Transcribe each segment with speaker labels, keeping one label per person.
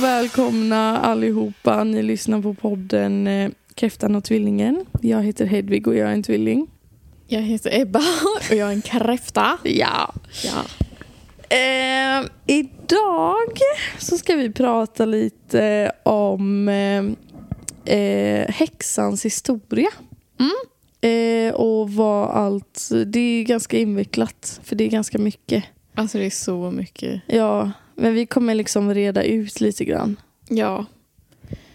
Speaker 1: välkomna allihopa. Ni lyssnar på podden eh, Kräftan och tvillingen. Jag heter Hedvig och jag är en tvilling.
Speaker 2: Jag heter Ebba och jag är en kräfta.
Speaker 1: Ja.
Speaker 2: Ja.
Speaker 1: Eh, idag så ska vi prata lite om eh, eh, häxans historia.
Speaker 2: Mm.
Speaker 1: Eh, och vad allt... Det är ganska invecklat, för det är ganska mycket.
Speaker 2: Alltså det är så mycket.
Speaker 1: Ja, men vi kommer liksom reda ut lite grann.
Speaker 2: Ja.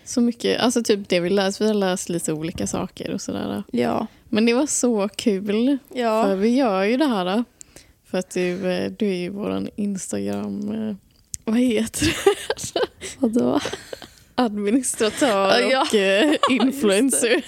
Speaker 2: Så mycket. Alltså typ det vi läst. Vi har läst lite olika saker och sådär.
Speaker 1: Ja.
Speaker 2: Men det var så kul. För
Speaker 1: Ja,
Speaker 2: vi gör ju det här. då. För att du, eh, du är ju våran Instagram... eh, Vad heter det?
Speaker 1: vadå?
Speaker 2: Administratör
Speaker 1: Ja.
Speaker 2: och eh, influencer.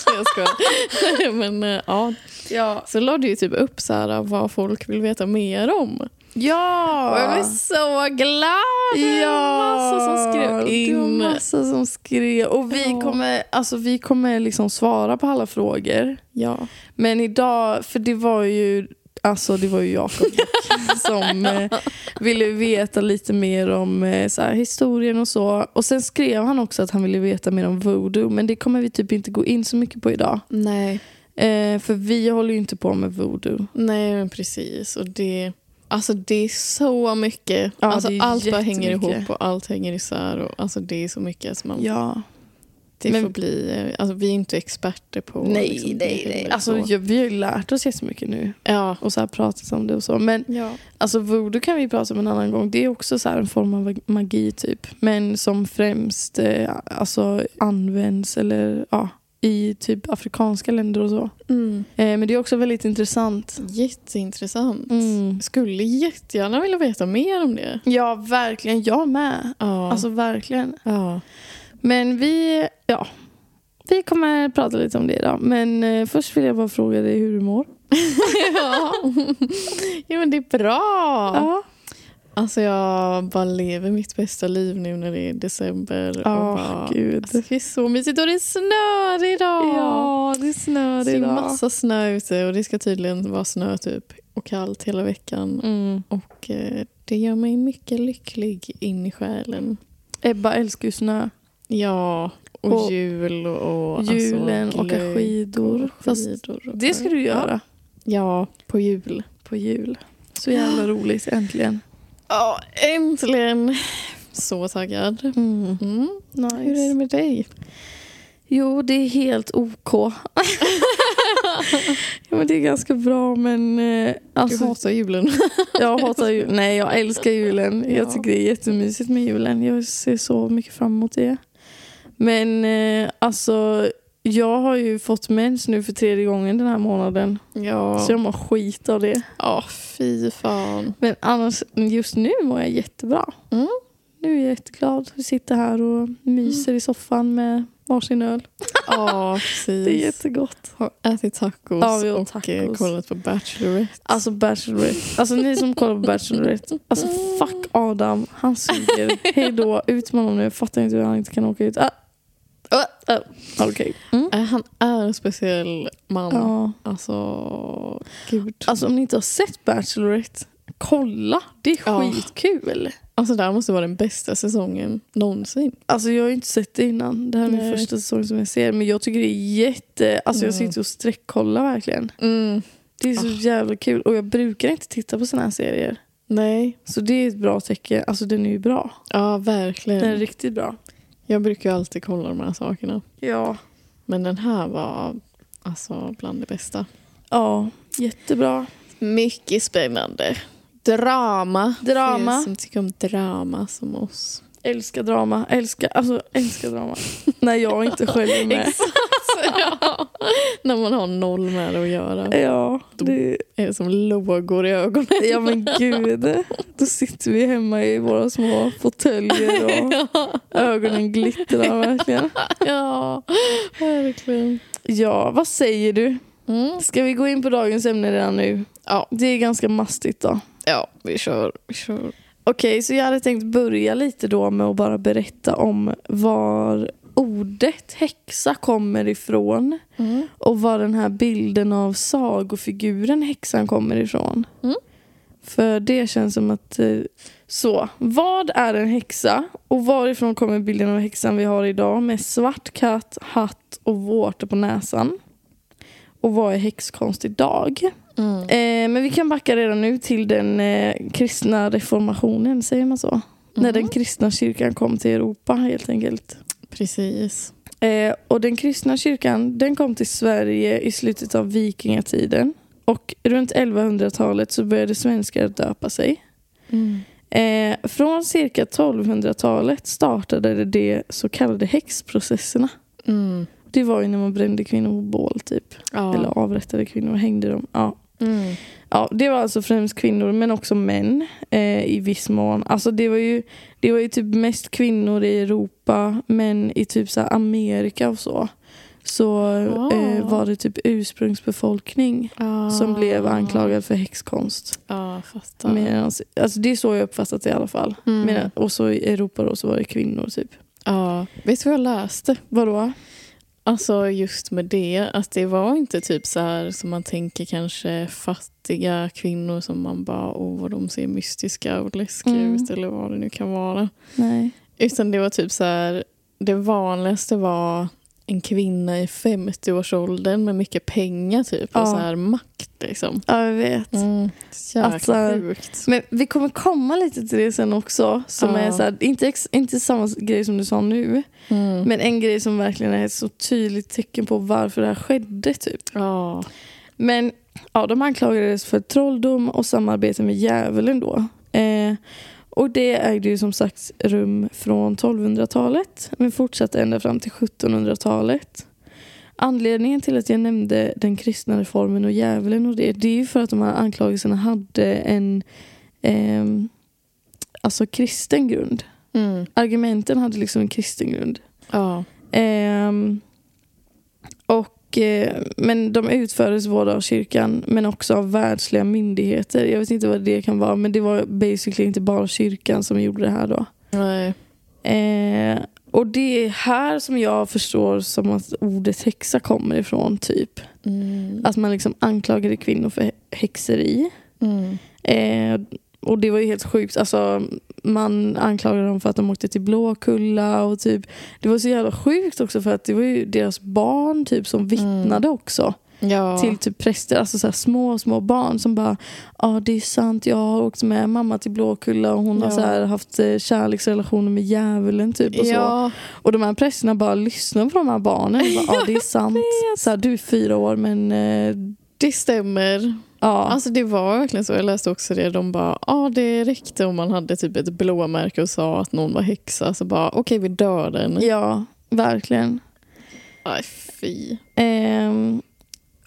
Speaker 2: Så jag skojar. Men eh, ja.
Speaker 1: Ja.
Speaker 2: Så la du ju typ upp så här vad folk vill veta mer om.
Speaker 1: Ja!
Speaker 2: Och jag blev så glad! Det var Massa som skrev
Speaker 1: Det var
Speaker 2: in.
Speaker 1: massa som skrev. Och vi
Speaker 2: Ja.
Speaker 1: kommer, alltså, vi kommer liksom svara på alla frågor.
Speaker 2: Ja.
Speaker 1: Men idag, för det var ju Alltså det var ju Jakob Bock som eh, ville veta lite mer om eh, så här, historien och så. Och sen skrev han också att han ville veta mer om voodoo. Men det kommer vi typ inte gå in så mycket på idag.
Speaker 2: Nej.
Speaker 1: Eh, för vi håller ju inte på med voodoo.
Speaker 2: Nej, men precis. Och det, alltså det är så mycket.
Speaker 1: Ja,
Speaker 2: alltså
Speaker 1: det är
Speaker 2: allt bara hänger
Speaker 1: jättemycket.
Speaker 2: ihop och allt hänger isär. Och, alltså det är så mycket. Som man,
Speaker 1: Ja.
Speaker 2: det
Speaker 1: men-
Speaker 2: får bli, eh, alltså vi är inte experter på... liksom, det heller
Speaker 1: Alltså,
Speaker 2: så.
Speaker 1: ja, vi har ju lärt oss jättemycket nu.
Speaker 2: ja.
Speaker 1: och så här pratat om det och så. Men
Speaker 2: ja.
Speaker 1: alltså voodoo kan vi prata om en annan gång. Det är också så här en form av magi typ. Men som främst eh, alltså, används eller ja, i typ afrikanska länder och så.
Speaker 2: Mm.
Speaker 1: Eh, men det är också väldigt intressant.
Speaker 2: Jätteintressant.
Speaker 1: Mm.
Speaker 2: Skulle jättegärna vilja veta mer om det.
Speaker 1: Ja, verkligen. Jag med.
Speaker 2: Ja.
Speaker 1: Alltså verkligen.
Speaker 2: ja.
Speaker 1: Men vi, ja. Vi kommer prata lite om det idag. Men eh, först vill jag bara fråga dig hur du mår.
Speaker 2: ja. Jo, men det är bra.
Speaker 1: Ja.
Speaker 2: Alltså jag bara lever mitt bästa liv nu när det är december.
Speaker 1: Ja,
Speaker 2: och bara,
Speaker 1: gud.
Speaker 2: Alltså det är så mysigt och det snöar idag.
Speaker 1: Ja, det snör
Speaker 2: det är
Speaker 1: idag.
Speaker 2: massa snö ute och det ska tydligen vara snö typ och kallt hela veckan.
Speaker 1: Mm.
Speaker 2: Och eh, det gör mig mycket lycklig in i själen.
Speaker 1: Ebba älskar ju snö.
Speaker 2: Ja, och,
Speaker 1: Och
Speaker 2: jul och... och
Speaker 1: Julen,
Speaker 2: alltså,
Speaker 1: åka
Speaker 2: glögg
Speaker 1: skidor.
Speaker 2: och
Speaker 1: Fast
Speaker 2: skidor och
Speaker 1: det ska du göra
Speaker 2: Ja, på jul.
Speaker 1: på jul. Så jävla roligt, äntligen.
Speaker 2: Ja, äntligen. Så taggad. Mm. Hur är det
Speaker 1: Nice.
Speaker 2: med dig?
Speaker 1: Jo, det är helt OK. ja, men det är ganska bra, men... eh,
Speaker 2: du
Speaker 1: Alltså,
Speaker 2: hatar julen.
Speaker 1: jag hatar jul. Nej, jag älskar julen. Jag
Speaker 2: Ja.
Speaker 1: tycker det är jättemysigt med julen. Jag ser så mycket fram emot det. Men eh, alltså, jag har ju fått mens nu för tredje gången den här månaden.
Speaker 2: Ja.
Speaker 1: Så jag mår skit av det.
Speaker 2: Ja, fy fan.
Speaker 1: Men annars, just nu mår jag jättebra.
Speaker 2: Mm.
Speaker 1: Nu är jag jätteglad. Vi sitter här och myser i soffan med varsin öl.
Speaker 2: Ja, precis.
Speaker 1: Det är jättegott.
Speaker 2: Har ätit tacos
Speaker 1: Ja, vi åt
Speaker 2: och eh,
Speaker 1: tacos.
Speaker 2: kollat på Bachelorette.
Speaker 1: Alltså Bachelorette. Alltså ni som kollar på Bachelorette. Alltså fuck Adam. Han suger. Hej då. Ut med honom nu. Jag fattar inte hur han inte kan åka ut. Ah. Ah. Ah. Okej. Mm.
Speaker 2: Eh, Han är en speciell man.
Speaker 1: Ja.
Speaker 2: Alltså, gud.
Speaker 1: Alltså om ni inte har sett Bachelorette. Kolla. Det är
Speaker 2: Ja.
Speaker 1: skitkul.
Speaker 2: Alltså, det här måste vara den bästa säsongen någonsin.
Speaker 1: Alltså jag har ju inte sett det innan. Det här är min
Speaker 2: Nej.
Speaker 1: första säsong som jag ser. Men jag tycker det är jätte... Alltså jag
Speaker 2: Mm.
Speaker 1: sitter och sträckkollar verkligen. Det är så
Speaker 2: Ah.
Speaker 1: jävla kul. Och jag brukar inte titta på såna här serier.
Speaker 2: Nej.
Speaker 1: Så det är ett bra tecken. Alltså den är ju bra.
Speaker 2: Ja,
Speaker 1: Den är
Speaker 2: verkligen.
Speaker 1: riktigt bra.
Speaker 2: Jag brukar ju alltid kolla de här sakerna.
Speaker 1: Ja.
Speaker 2: Men den här var alltså bland det bästa.
Speaker 1: Ja, jättebra.
Speaker 2: Mycket spännande. Drama.
Speaker 1: Drama.
Speaker 2: För er som tycker om drama som oss.
Speaker 1: Älskar drama. Älskar, alltså älskar drama. När jag inte själv är med.
Speaker 2: ja. När man har noll med det att göra.
Speaker 1: Alltså, Ja, det,
Speaker 2: Är det som lågor i ögonen?
Speaker 1: ja men gud. Då sitter vi hemma i våra små fåtöljer och
Speaker 2: Ja,
Speaker 1: ögonen glittrar verkligen.
Speaker 2: ja verkligen.
Speaker 1: Ja, vad säger du?
Speaker 2: Mm.
Speaker 1: Ska vi gå in på dagens ämne redan nu?
Speaker 2: Ja.
Speaker 1: Det är ganska mastigt då.
Speaker 2: Ja, vi kör. Vi kör.
Speaker 1: Okej, så jag hade tänkt börja lite då med att bara berätta om var ordet häxa kommer ifrån
Speaker 2: Mm.
Speaker 1: och var den här bilden av sagofiguren häxan kommer ifrån.
Speaker 2: Mm.
Speaker 1: För det känns som att... eh, Så, vad är en häxa? Och varifrån kommer bilden av häxan vi har idag med svart katt, hatt och vårtor på näsan? Och vad är häxkonst idag?
Speaker 2: Mm.
Speaker 1: Eh, men vi kan backa redan nu till den eh, kristna reformationen, säger man så?
Speaker 2: Mm.
Speaker 1: När den kristna kyrkan kom till Europa helt enkelt.
Speaker 2: Precis.
Speaker 1: Eh, och den kristna kyrkan den kom till Sverige i slutet av vikingatiden. Och runt 1100-talet så började svenskar döpa sig.
Speaker 2: Mm.
Speaker 1: Eh, från cirka 1200-talet startade det så kallade häxprocesserna.
Speaker 2: Mm.
Speaker 1: Det var ju när man brände kvinnor på bål typ.
Speaker 2: Ja.
Speaker 1: Eller avrättade kvinnor och hängde dem. Ja.
Speaker 2: Mm.
Speaker 1: Ja, det var alltså främst kvinnor men också män eh, i viss mån. Alltså det var, ju, det var ju typ mest kvinnor i Europa men i typ så här Amerika och så. Så eh,
Speaker 2: Ah.
Speaker 1: var det typ ursprungsbefolkning
Speaker 2: Ah.
Speaker 1: som blev anklagad för häxkonst.
Speaker 2: Ja, fattar.
Speaker 1: Medans, alltså det är så jag uppfattat det i alla fall.
Speaker 2: Mm.
Speaker 1: Medan, och så i Europa då så var det kvinnor typ.
Speaker 2: Ja. Vet du vad jag läste?
Speaker 1: Vadå?
Speaker 2: Alltså just med det, att det var inte typ så här som man tänker kanske fattiga kvinnor som man bara, åh vad de ser mystiska och läskiga
Speaker 1: Mm.
Speaker 2: ut eller vad det nu kan vara.
Speaker 1: Nej.
Speaker 2: Utan det var typ så här, det vanligaste var en kvinna i 50-årsåldern med mycket pengar typ
Speaker 1: Ja.
Speaker 2: och så här makt liksom.
Speaker 1: Ja, jag vet.
Speaker 2: Mm. Jäkla
Speaker 1: Att så här-
Speaker 2: sjukt.
Speaker 1: Men vi kommer komma lite till det sen också. Som
Speaker 2: Ja.
Speaker 1: är så här, inte, ex, inte samma grej som du sa nu.
Speaker 2: Mm.
Speaker 1: Men en grej som verkligen är ett så tydligt tecken på varför det här skedde. Typ.
Speaker 2: Ja.
Speaker 1: Men ja, de anklagades för trolldom och samarbete med djävulen då. Eh, och det ägde ju som sagt rum från 1200-talet men fortsatte ända fram till 1700-talet. Anledningen till att jag nämnde den kristna reformen och djävulen och det, det är ju för att de här anklagelserna hade en ehm, alltså kristen grund.
Speaker 2: Mm.
Speaker 1: Argumenten hade liksom en kristen grund.
Speaker 2: Ja.
Speaker 1: Ehm, och, eh, men de utfördes både av kyrkan men också av världsliga myndigheter. Jag vet inte vad det kan vara men det var basically inte bara kyrkan som gjorde det här då.
Speaker 2: Nej.
Speaker 1: Eh, och det är här som jag förstår som att ordet häxa kommer ifrån typ.
Speaker 2: Mm.
Speaker 1: Att man liksom anklagade kvinnor för hä- häxeri.
Speaker 2: Mm.
Speaker 1: Eh, och det var ju helt sjukt. Alltså, man anklagade dem för att de åkte till Blåkulla och typ. Det var så jävla sjukt också för att det var ju deras barn typ som vittnade också.
Speaker 2: Mm. Ja.
Speaker 1: Till typ präster, alltså så här små, små barn som bara ja ah, det är sant, jag har åkt med mamma till Blåkulla och hon har
Speaker 2: Ja.
Speaker 1: så här haft eh, kärleksrelationer med djävulen typ och så.
Speaker 2: ja.
Speaker 1: Och de här prästerna bara lyssnar på de här barnen och bara ja ah, det är sant. Så här, du är fyra år men eh,
Speaker 2: Det stämmer.
Speaker 1: ja.
Speaker 2: Alltså det var verkligen så. Jag läste också det. De bara, ja ah, det räckte om man hade typ ett blåmärke och sa att någon var häxa. Så bara, okej vi dör den.
Speaker 1: ja, verkligen.
Speaker 2: Aj, fy.
Speaker 1: Ehm,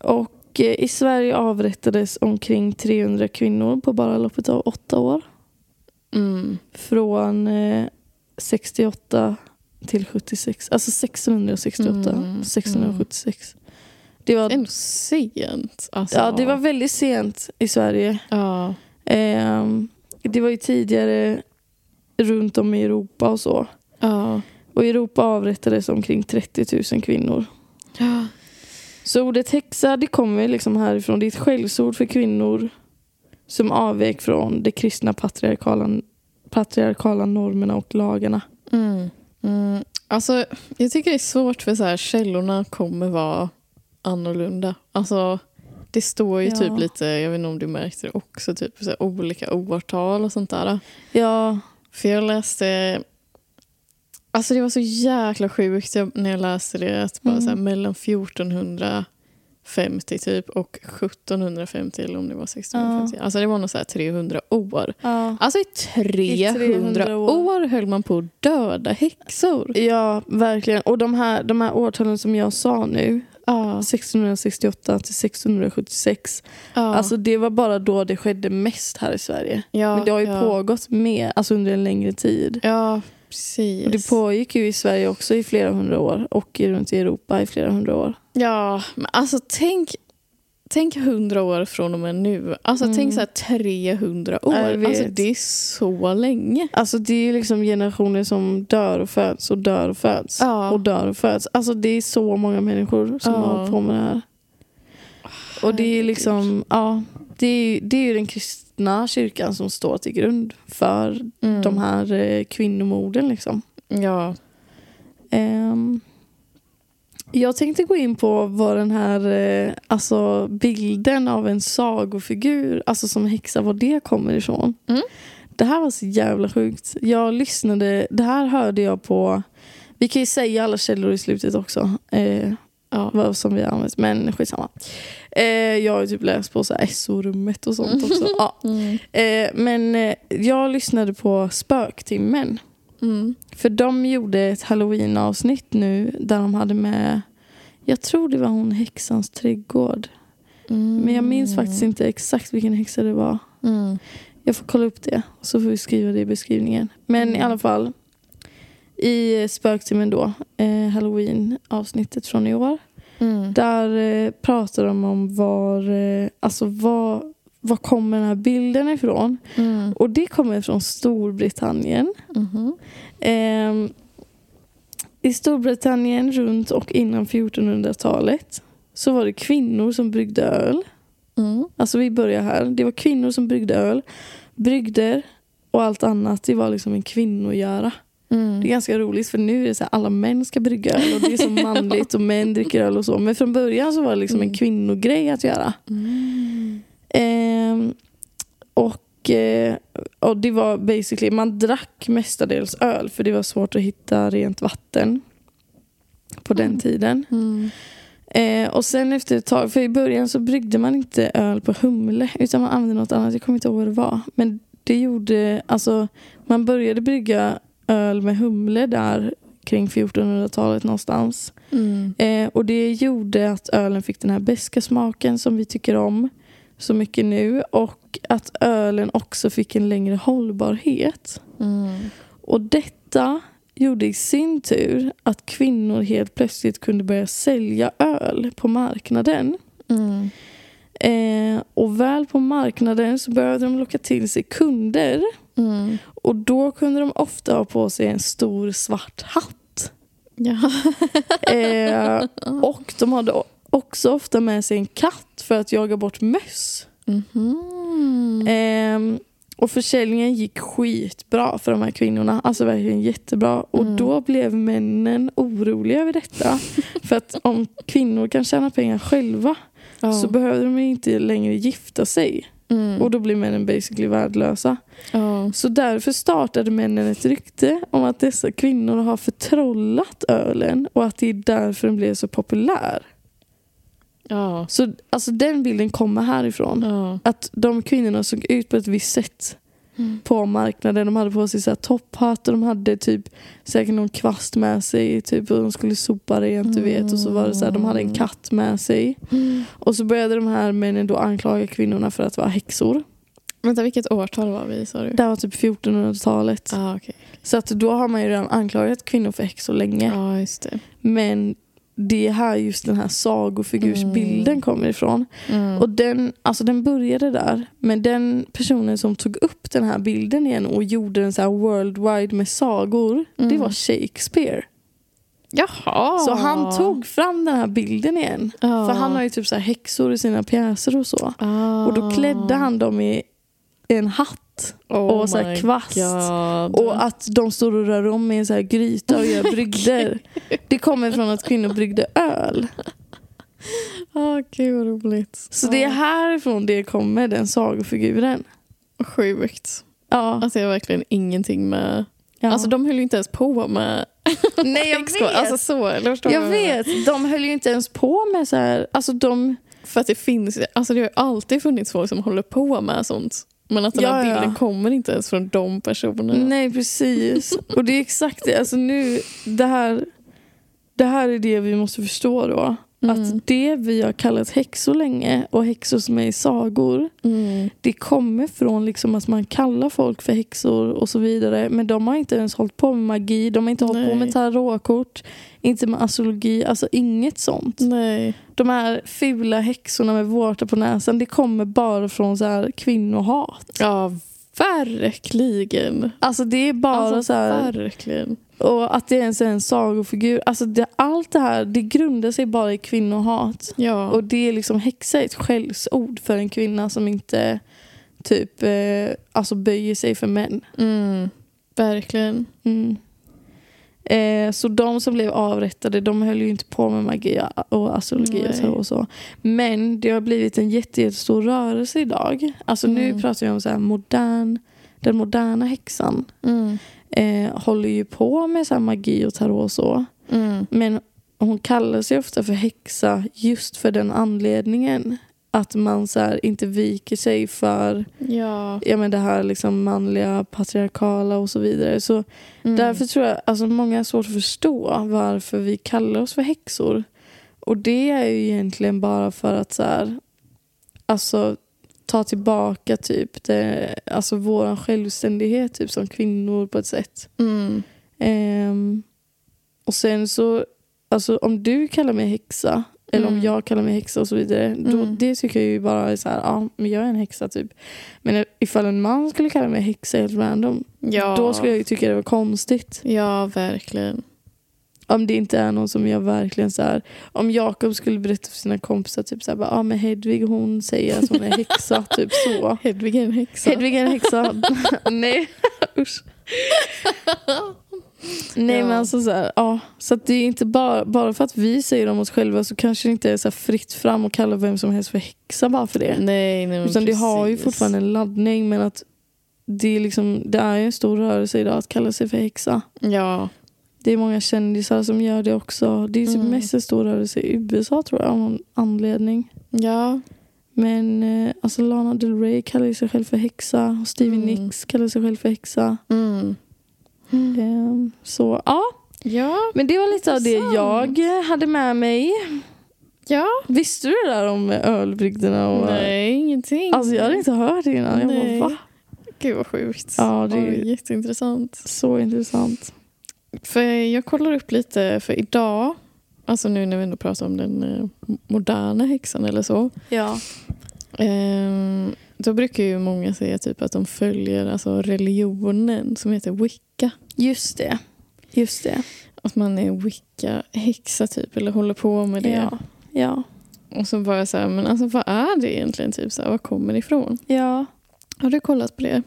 Speaker 1: och eh, i Sverige avrättades omkring 300 kvinnor på bara loppet av åtta år.
Speaker 2: Mm.
Speaker 1: Från eh, 68 till 76. Alltså 668.
Speaker 2: Mm,
Speaker 1: 676. Det var,
Speaker 2: Ändå sent. Alltså,
Speaker 1: ja, det var väldigt sent i Sverige.
Speaker 2: Ja.
Speaker 1: Ehm, det var ju tidigare runt om i Europa och så.
Speaker 2: Ja.
Speaker 1: Och i Europa avrättades omkring 30 000 kvinnor.
Speaker 2: Ja.
Speaker 1: Så ordet häxa det kommer liksom härifrån. Det är ett skällsord för kvinnor som avvek från de kristna patriarkala, patriarkala normerna och lagarna.
Speaker 2: Mm. Mm. Alltså, jag tycker det är svårt för så här, källorna kommer vara annorlunda. Alltså, det står ju
Speaker 1: Ja.
Speaker 2: typ lite, jag vet inte om du märkte det också, typ så här, olika årtal och sånt där.
Speaker 1: Ja,
Speaker 2: För jag läste... Alltså det var så jäkla sjukt jag, när jag läste det. Att bara
Speaker 1: Mm.
Speaker 2: så här, mellan 1450 typ och 1750 eller om det var 1650. Alltså det var nog så här 300 år.
Speaker 1: ja.
Speaker 2: Alltså i 300,
Speaker 1: 300 år.
Speaker 2: år. höll man på att döda häxor.
Speaker 1: ja verkligen. Och de här, de här årtalen som jag sa nu,
Speaker 2: Ja,
Speaker 1: 1668 till 676.
Speaker 2: ja,
Speaker 1: Alltså det var bara då det skedde mest här i Sverige.
Speaker 2: ja,
Speaker 1: Men det har ju
Speaker 2: ja.
Speaker 1: pågått med, alltså under en längre tid.
Speaker 2: Ja, precis.
Speaker 1: Och det pågick ju i Sverige också i flera hundra år och i- runt i Europa i flera hundra år.
Speaker 2: Ja, men alltså tänk Tänk 100 år från och med nu. Alltså
Speaker 1: Mm.
Speaker 2: Tänk så här 300 år.
Speaker 1: Ja, jag vet.
Speaker 2: Alltså Det är så länge.
Speaker 1: Alltså det är ju liksom generationer som dör och föds och dör och föds.
Speaker 2: Ja.
Speaker 1: Och dör och föds. Alltså det är så många människor som
Speaker 2: Ja.
Speaker 1: har hållit på med det här. Och det är liksom, ja. det är, ju- det är ju den kristna kyrkan som står till grund för
Speaker 2: Mm.
Speaker 1: de här eh, kvinnomorden. Liksom.
Speaker 2: Ja.
Speaker 1: Ehm, jag tänkte gå in på vad den här eh, alltså bilden av en sagofigur, alltså som häxa, var det kommer ifrån.
Speaker 2: Mm.
Speaker 1: Det här var så jävla sjukt. Jag lyssnade, det här hörde jag på, vi kan ju säga alla källor i slutet också. Eh,
Speaker 2: ja.
Speaker 1: vad som vi har använt. Men skitsamma. Eh, jag har ju typ läst på så här SO-rummet och sånt också. Ja.
Speaker 2: Mm.
Speaker 1: Eh, men eh, jag lyssnade på Spöktimmen.
Speaker 2: Mm.
Speaker 1: För de gjorde ett halloween-avsnitt nu där de hade med jag tror det var hon häxans trädgård.
Speaker 2: Mm.
Speaker 1: Men jag minns faktiskt inte exakt vilken häxa det var.
Speaker 2: Mm.
Speaker 1: Jag får kolla upp det så får vi skriva det i beskrivningen. Men i
Speaker 2: Mm.
Speaker 1: alla fall i Spöktimmen då, eh, halloween-avsnittet från i år.
Speaker 2: Mm.
Speaker 1: Där eh, pratar de om var, eh, alltså var, var kommer den här bilden ifrån.
Speaker 2: Mm.
Speaker 1: Och det kommer från Storbritannien.
Speaker 2: Mhm.
Speaker 1: Ehm, I Storbritannien runt och innan 1400-talet så var det kvinnor som bryggde öl.
Speaker 2: Mm.
Speaker 1: Alltså vi börjar här. Det var kvinnor som bryggde öl. Brygder och allt annat, det var liksom en kvinnogöra. Det är
Speaker 2: Mm.
Speaker 1: ganska roligt för nu är det så här, alla män ska brygga öl och det är så manligt och män dricker öl och så. Men från början så var det liksom en
Speaker 2: Mm.
Speaker 1: kvinnogrej att göra.
Speaker 2: Mm.
Speaker 1: Ehm, och, eh, och det var basically, man drack mestadels öl för det var svårt att hitta rent vatten på den
Speaker 2: Mm.
Speaker 1: tiden.
Speaker 2: Mm.
Speaker 1: Eh, och sen efter ett tag, för i början så bryggde man inte öl på humle utan man använde något annat, jag kommer inte ihåg vad det var. Men det gjorde, alltså man började brygga öl med humle där kring 1400-talet någonstans.
Speaker 2: Mm.
Speaker 1: Eh, och det gjorde att ölen fick den här beska smaken som vi tycker om så mycket nu och att ölen också fick en längre hållbarhet.
Speaker 2: Mm.
Speaker 1: Och detta gjorde i sin tur att kvinnor helt plötsligt kunde börja sälja öl på marknaden.
Speaker 2: Mm.
Speaker 1: Eh, och väl på marknaden så började de locka till sig kunder
Speaker 2: Mm.
Speaker 1: och då kunde de ofta ha på sig en stor svart hatt.
Speaker 2: Ja.
Speaker 1: Eh, och de hade o- också ofta med sig en katt för att jaga bort möss.
Speaker 2: Mhm.
Speaker 1: Eh, och försäljningen gick skitbra för de här kvinnorna. Alltså verkligen jättebra. Och
Speaker 2: Mm.
Speaker 1: då blev männen oroliga över detta. för att om kvinnor kan tjäna pengar själva
Speaker 2: Ja.
Speaker 1: så behöver de inte längre gifta sig.
Speaker 2: Mm.
Speaker 1: Och då blir männen basically värdelösa.
Speaker 2: Ja.
Speaker 1: Så därför startade männen ett rykte om att dessa kvinnor har förtrollat ölen och att det är därför den blev så populär.
Speaker 2: Ja.
Speaker 1: Så alltså, den bilden kommer härifrån.
Speaker 2: Ja.
Speaker 1: Att de kvinnorna såg ut på ett visst sätt på marknaden. De hade på sig så här topphatt och de hade typ säkert någon kvast med sig. Typ, och de skulle sopa rent, du vet. Och så var det så här, de hade en katt med sig.
Speaker 2: Mm.
Speaker 1: Och så började de här männen då anklaga kvinnorna för att vara häxor.
Speaker 2: Vänta, vilket årtal var vi sa du?
Speaker 1: Det här var typ 1400-talet.
Speaker 2: Ah, okej.
Speaker 1: Så att då har man ju redan anklagat kvinnor för häxor länge.
Speaker 2: Ja, ah, just det.
Speaker 1: Men det är här just den här sagofigursbilden
Speaker 2: Mm.
Speaker 1: kommer ifrån.
Speaker 2: Mm.
Speaker 1: Och den, alltså den började där, men den personen som tog upp den här bilden igen och gjorde den så här worldwide med sagor,
Speaker 2: Mm.
Speaker 1: det var Shakespeare.
Speaker 2: Jaha.
Speaker 1: Så han tog fram den här bilden igen.
Speaker 2: Ja.
Speaker 1: För han har ju typ så här häxor i sina pjäser och så.
Speaker 2: Ah.
Speaker 1: Och då klädde han dem i en hatt
Speaker 2: oh
Speaker 1: och så här
Speaker 2: my
Speaker 1: kvast.
Speaker 2: God.
Speaker 1: och att de står och rör om i en så här gryta och gör brygder. Det kommer från att kvinnor bryggde öl.
Speaker 2: ah, gud vad roligt.
Speaker 1: Så det är
Speaker 2: Ja.
Speaker 1: härifrån det kommer, den sagofiguren.
Speaker 2: Sjukt.
Speaker 1: Ja.
Speaker 2: Alltså jag har verkligen ingenting med...
Speaker 1: ja.
Speaker 2: Alltså de höll ju inte ens på med
Speaker 1: Nej jag
Speaker 2: Expo.
Speaker 1: vet.
Speaker 2: Alltså så, eller förstår du
Speaker 1: jag
Speaker 2: vad menar?
Speaker 1: vet. De höll ju inte ens på med så här. Alltså de,
Speaker 2: För att det finns, alltså det har ju alltid funnits folk som håller på med sånt. Men att den här
Speaker 1: Ja, ja.
Speaker 2: bilden kommer inte ens från de personerna.
Speaker 1: nej precis. Och det är exakt det. Alltså nu, det här, det här är det vi måste förstå då.
Speaker 2: Mm.
Speaker 1: Att det vi har kallat häxor länge och häxor som är i sagor.
Speaker 2: Mm.
Speaker 1: Det kommer från liksom att man kallar folk för häxor och så vidare. Men de har inte ens hållit på med magi. De har inte hållit på
Speaker 2: Nej.
Speaker 1: med tarotkort. Inte med astrologi. Alltså inget sånt.
Speaker 2: Nej.
Speaker 1: De här fula häxorna med vårtor på näsan, det kommer bara från så här kvinnohat.
Speaker 2: Ja, verkligen.
Speaker 1: Alltså det är bara
Speaker 2: alltså
Speaker 1: så här,
Speaker 2: verkligen.
Speaker 1: Och att det ens är en sagofigur. Alltså det, allt det här det grundar sig bara i kvinnohat.
Speaker 2: Ja.
Speaker 1: Och det är liksom häxa är ett skällsord för en kvinna som inte typ eh, alltså böjer sig för män.
Speaker 2: mm, verkligen.
Speaker 1: Mm. Eh, så de som blev avrättade de höll ju inte på med magi och astrologi och
Speaker 2: Nej.
Speaker 1: så, och så. Men det har blivit en jätte, jättestor rörelse idag. Alltså
Speaker 2: Mm.
Speaker 1: nu pratar vi om så här modern, den moderna häxan.
Speaker 2: Mm.
Speaker 1: Eh, håller ju på med så här magi och tarot och så.
Speaker 2: Mm.
Speaker 1: Men hon kallar sig ofta för häxa just för den anledningen. Att man så här inte viker sig för
Speaker 2: Ja.
Speaker 1: ja, men det här liksom manliga, patriarkala och så vidare. Så
Speaker 2: Mm.
Speaker 1: Därför tror jag alltså många har svårt att förstå varför vi kallar oss för häxor. Och det är ju egentligen bara för att så här, alltså, ta tillbaka typ det, alltså vår självständighet typ, som kvinnor på ett sätt.
Speaker 2: Mm.
Speaker 1: Ehm, och sen så, alltså om du kallar mig häxa, eller om
Speaker 2: Mm.
Speaker 1: jag kallar mig häxa och så vidare. Då,
Speaker 2: Mm.
Speaker 1: det tycker jag ju bara är så här, ja men jag är en häxa typ. Men ifall en man skulle kalla mig häxa helt random,
Speaker 2: Ja.
Speaker 1: då skulle jag ju tycka det var konstigt.
Speaker 2: Ja, verkligen.
Speaker 1: Om det inte är någon som jag verkligen så här, om Jakob skulle berätta för sina kompisar typ så här, bara, ah, men Hedvig hon säger att hon är häxa, typ så.
Speaker 2: Hedvig är en häxa.
Speaker 1: Hedvig är en häxa. Nej, usch. Nej
Speaker 2: Ja.
Speaker 1: men alltså så här, ja. Så att det är inte bara, bara för att vi säger om oss själva så kanske det inte är så här fritt fram och kalla vem som helst för häxa bara för det.
Speaker 2: Nej, nej men
Speaker 1: Utan det har ju
Speaker 2: precis.
Speaker 1: fortfarande en laddning men att det är, liksom, det är ju en stor rörelse idag att kalla sig för häxa.
Speaker 2: Ja.
Speaker 1: Det är många kändisar som gör det också. Det är typ
Speaker 2: Mm.
Speaker 1: mest en stor rörelse i USA tror jag av någon anledning.
Speaker 2: Ja.
Speaker 1: Men eh, alltså Lana Del Rey kallar ju sig själv för häxa och Stevie
Speaker 2: Mm.
Speaker 1: Nicks kallar sig själv för häxa.
Speaker 2: Mm.
Speaker 1: Ehm, så ja,
Speaker 2: Ja.
Speaker 1: men det var lite av det jag
Speaker 2: Intressant.
Speaker 1: hade med mig.
Speaker 2: Ja.
Speaker 1: Visste du det där om ölbrygderna? Och,
Speaker 2: Nej, ingenting.
Speaker 1: Alltså jag hade inte hört det innan.
Speaker 2: Nej.
Speaker 1: Jag bara, va?
Speaker 2: Gud vad sjukt.
Speaker 1: Ja, det är-
Speaker 2: Oj, jätteintressant.
Speaker 1: Så intressant.
Speaker 2: För jag kollar upp lite för idag, alltså nu när vi ändå pratar om den eh, moderna häxan eller så.
Speaker 1: Ja.
Speaker 2: ehm, Då brukar ju många säga typ att de följer alltså religionen som heter wicca.
Speaker 1: Just det. Just det.
Speaker 2: Att man är wicca-häxa typ eller håller på med det.
Speaker 1: Ja. Ja.
Speaker 2: Och så bara så här, men alltså vad är det egentligen? Typ så här, var kommer det ifrån?
Speaker 1: ja.
Speaker 2: Har du kollat på det?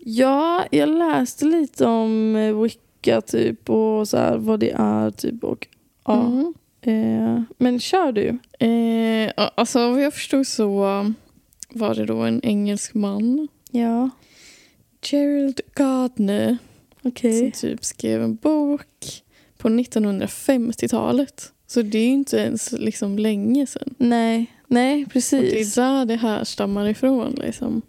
Speaker 1: Ja, jag läste lite om eh, Wicca typ och så här, vad det är typ och ja.
Speaker 2: Mm.
Speaker 1: Eh, men kör du.
Speaker 2: Eh, ja, alltså vad jag förstod så var det då en engelsk man,
Speaker 1: Ja,
Speaker 2: Gerald Gardner,
Speaker 1: okej.
Speaker 2: som typ skrev en bok på 1950-talet. Så det är ju inte ens liksom länge sedan.
Speaker 1: Nej, nej
Speaker 2: Och det
Speaker 1: precis.
Speaker 2: är där det här stammar ifrån. Liksom.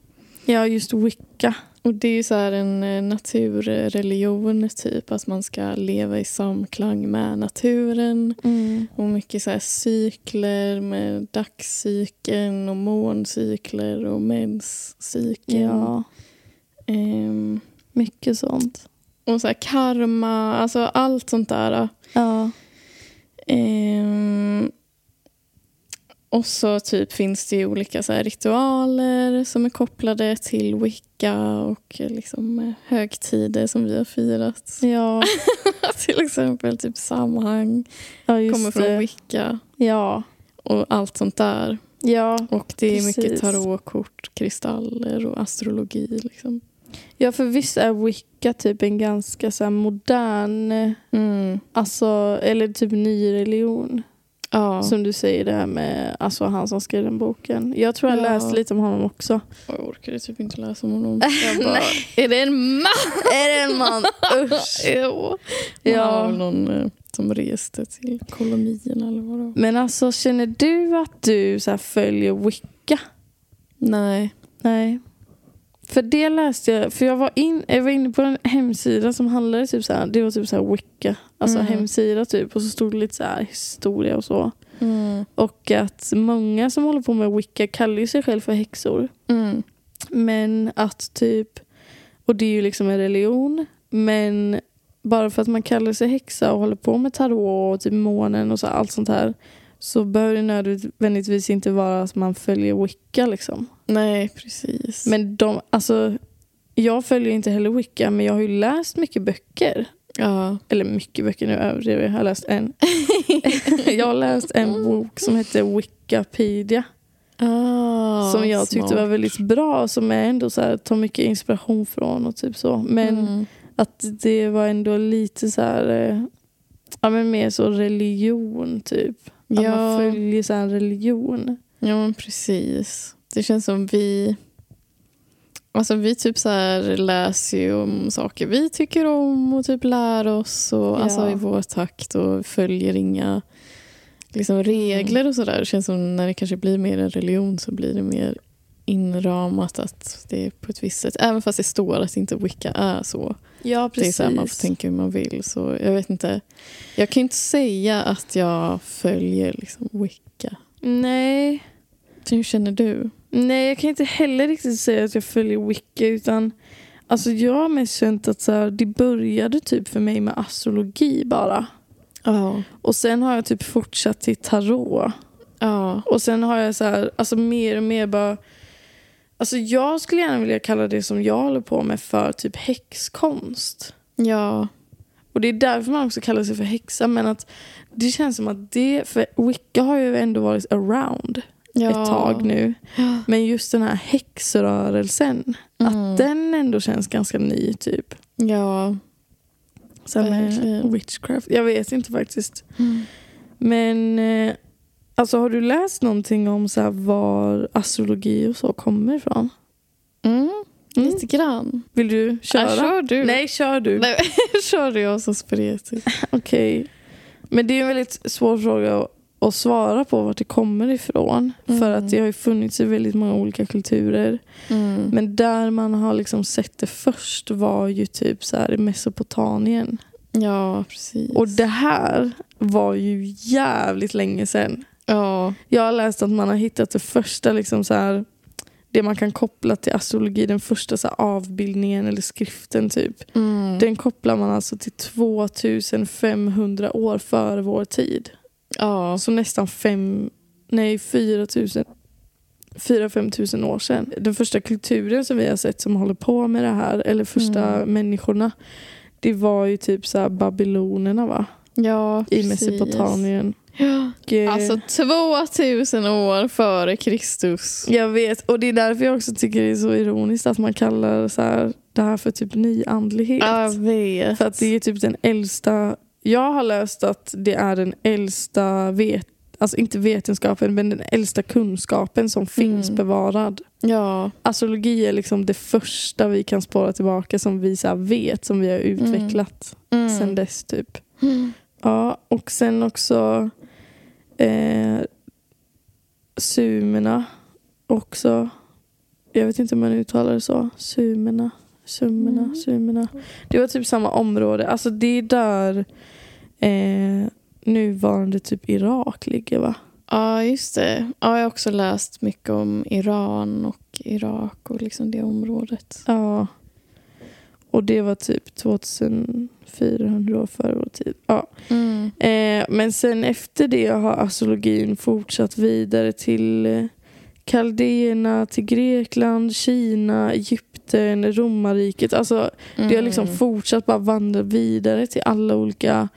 Speaker 1: Ja, just Wicca.
Speaker 2: Och det är ju så här en eh, naturreligion typ, att man ska leva i samklang med naturen. Och mycket så här cykler med dagscykeln och måncykler och menscykeln.
Speaker 1: Ja,
Speaker 2: Ehm,
Speaker 1: mycket sånt.
Speaker 2: och så här karma, alltså allt sånt där.
Speaker 1: Ja,
Speaker 2: Ehm, och så typ finns det ju olika så här ritualer som är kopplade till wicca och eh, liksom eh, högtider som vi har firat.
Speaker 1: ja,
Speaker 2: till exempel typ samhang
Speaker 1: ja just
Speaker 2: kommer från
Speaker 1: det.
Speaker 2: wicca
Speaker 1: Ja,
Speaker 2: och allt sånt där.
Speaker 1: ja.
Speaker 2: Och det är mycket
Speaker 1: Precis.
Speaker 2: tarotkort, kristaller och astrologi. Liksom.
Speaker 1: ja, för visst är Wicca typ en ganska så här modern, eh, alltså, eller typ ny religion.
Speaker 2: Ja.
Speaker 1: Som du säger det här med alltså, han som skrev den boken. Jag tror jag
Speaker 2: Ja.
Speaker 1: läste lite om honom också.
Speaker 2: Jag orkade typ inte läsa om honom. Jag bara,
Speaker 1: Nej.
Speaker 2: är det en man?
Speaker 1: Är det en man? Usch.
Speaker 2: Jo.
Speaker 1: Ja.
Speaker 2: Ja. var väl någon eh, som reste till kolonierna eller vad det var.
Speaker 1: Men alltså känner du att du så här, följer Wicca?
Speaker 2: Nej.
Speaker 1: Nej. För det läste jag, för jag var, in, jag var inne på en hemsida som handlade typ så här, det var typ så här Wicca, alltså
Speaker 2: Mm.
Speaker 1: hemsida typ och så stod det lite så här historia och så.
Speaker 2: Mm.
Speaker 1: Och att många som håller på med Wicca kallar ju sig själv för häxor.
Speaker 2: Mm.
Speaker 1: Men att typ, och det är ju liksom en religion, men bara för att man kallar sig häxa och håller på med tarot och typ månen och så, allt sånt här så behöver det nödvändigtvis inte vara att man följer Wicca liksom.
Speaker 2: Nej, precis.
Speaker 1: Men de, alltså jag följer inte heller Wicca men jag har ju läst mycket böcker
Speaker 2: Ja.
Speaker 1: Eller mycket böcker nu överdriver jag. Jag har läst en. jag har läst en bok som heter Wikipedia.
Speaker 2: Ah,
Speaker 1: som jag tyckte
Speaker 2: smart.
Speaker 1: var väldigt bra. Som jag ändå så här, tar mycket inspiration från och typ så. Men
Speaker 2: Mm.
Speaker 1: att det var ändå lite så här... eh, Ja, men mer så religion typ. Att man
Speaker 2: Ja.
Speaker 1: följer så här en religion.
Speaker 2: Ja, men precis. Det känns som vi... Alltså vi typ så här läser ju om saker vi tycker om och typ lär oss och,
Speaker 1: Ja.
Speaker 2: alltså i vår takt och följer inga liksom, regler och sådär. Det känns som när det kanske blir mer en religion så blir det mer inramat att det är på ett visst sätt. Även fast det står att inte Wicca är så.
Speaker 1: Ja,
Speaker 2: Det är så här, man får tänka hur man vill. Så jag vet inte. Jag kan ju inte säga att jag följer liksom, Wicca.
Speaker 1: Nej.
Speaker 2: Hur känner du?
Speaker 1: Nej, jag kan inte heller riktigt säga att jag följer Wicca utan alltså jag har mest känt att så här, det började typ för mig med astrologi bara.
Speaker 2: Ja.
Speaker 1: Och sen har jag typ fortsatt till tarot.
Speaker 2: Ja.
Speaker 1: Och sen har jag så här, alltså mer och mer bara Alltså jag skulle gärna vilja kalla det som jag håller på med för typ häxkonst.
Speaker 2: Ja.
Speaker 1: Och det är därför man också kallar sig för häxa men att det känns som att det, för Wicca har ju ändå varit around
Speaker 2: ja. Mm.
Speaker 1: ett tag nu.
Speaker 2: Ja.
Speaker 1: Men just den här häxrörelsen
Speaker 2: Mm.
Speaker 1: Att den ändå känns ganska ny typ.
Speaker 2: Ja.
Speaker 1: Sen med
Speaker 2: Verkligen.
Speaker 1: witchcraft. Jag vet inte faktiskt.
Speaker 2: Mm.
Speaker 1: Men eh, alltså har du läst någonting om så här, var astrologi och så kommer ifrån?
Speaker 2: Mm.
Speaker 1: Mm.
Speaker 2: Lite grann.
Speaker 1: Vill du köra?
Speaker 2: Ja, kör du.
Speaker 1: Nej, kör du.
Speaker 2: Nej. kör du. Jag är så spretig.
Speaker 1: Okej. Men det är en väldigt svår fråga att- att svara på vart det kommer ifrån.
Speaker 2: Mm.
Speaker 1: För att det har ju funnits i väldigt många olika kulturer.
Speaker 2: Mm.
Speaker 1: Men där man har liksom sett det först var ju typ så här i Mesopotamien.
Speaker 2: Ja, precis.
Speaker 1: Och det här var ju jävligt länge sedan.
Speaker 2: Ja.
Speaker 1: Jag har läst att man har hittat det första, liksom så här, det man kan koppla till astrologi, den första så här avbildningen eller skriften typ.
Speaker 2: Mm.
Speaker 1: Den kopplar man alltså till 2500 år före vår tid.
Speaker 2: Ja.
Speaker 1: Så nästan fem, nej 4000 4-5 tusen år sedan. Den första kulturen som vi har sett som håller på med det här, eller första
Speaker 2: Mm.
Speaker 1: människorna, det var ju typ så här babylonerna va?
Speaker 2: ja
Speaker 1: I
Speaker 2: precis.
Speaker 1: Mesopotamien.
Speaker 2: Ja.
Speaker 1: Och, eh,
Speaker 2: Alltså 2000 år före Kristus.
Speaker 1: jag vet, och det är därför jag också tycker det är så ironiskt att man kallar så här, det här för typ nyandlighet.
Speaker 2: Jag vet.
Speaker 1: För att det är typ den äldsta, jag har läst att det är den äldsta, vet, alltså inte vetenskapen, men den äldsta kunskapen som finns
Speaker 2: Mm.
Speaker 1: bevarad.
Speaker 2: Ja.
Speaker 1: Astrologi är liksom det första vi kan spåra tillbaka som vi så här vet, som vi har utvecklat
Speaker 2: Mm.
Speaker 1: sen dess typ.
Speaker 2: Mm.
Speaker 1: Ja, och sen också eh, sumerna också. Jag vet inte om man uttalar det så. Sumerna, sumerna,
Speaker 2: Mm.
Speaker 1: sumerna. Det var typ samma område. Alltså det är där eh, nuvarande typ Irak ligger va?
Speaker 2: Ja, just det. Ja, jag har också läst mycket om Iran och Irak och liksom det området.
Speaker 1: Ja. Och det var typ 2400 år före vår tid. Ja.
Speaker 2: Mm.
Speaker 1: Eh, men sen efter det har astrologin fortsatt vidare till eh, kaldéerna, till Grekland, Kina, Egypten, romarriket. Alltså, Det har liksom
Speaker 2: mm.
Speaker 1: fortsatt bara vandra vidare till alla olika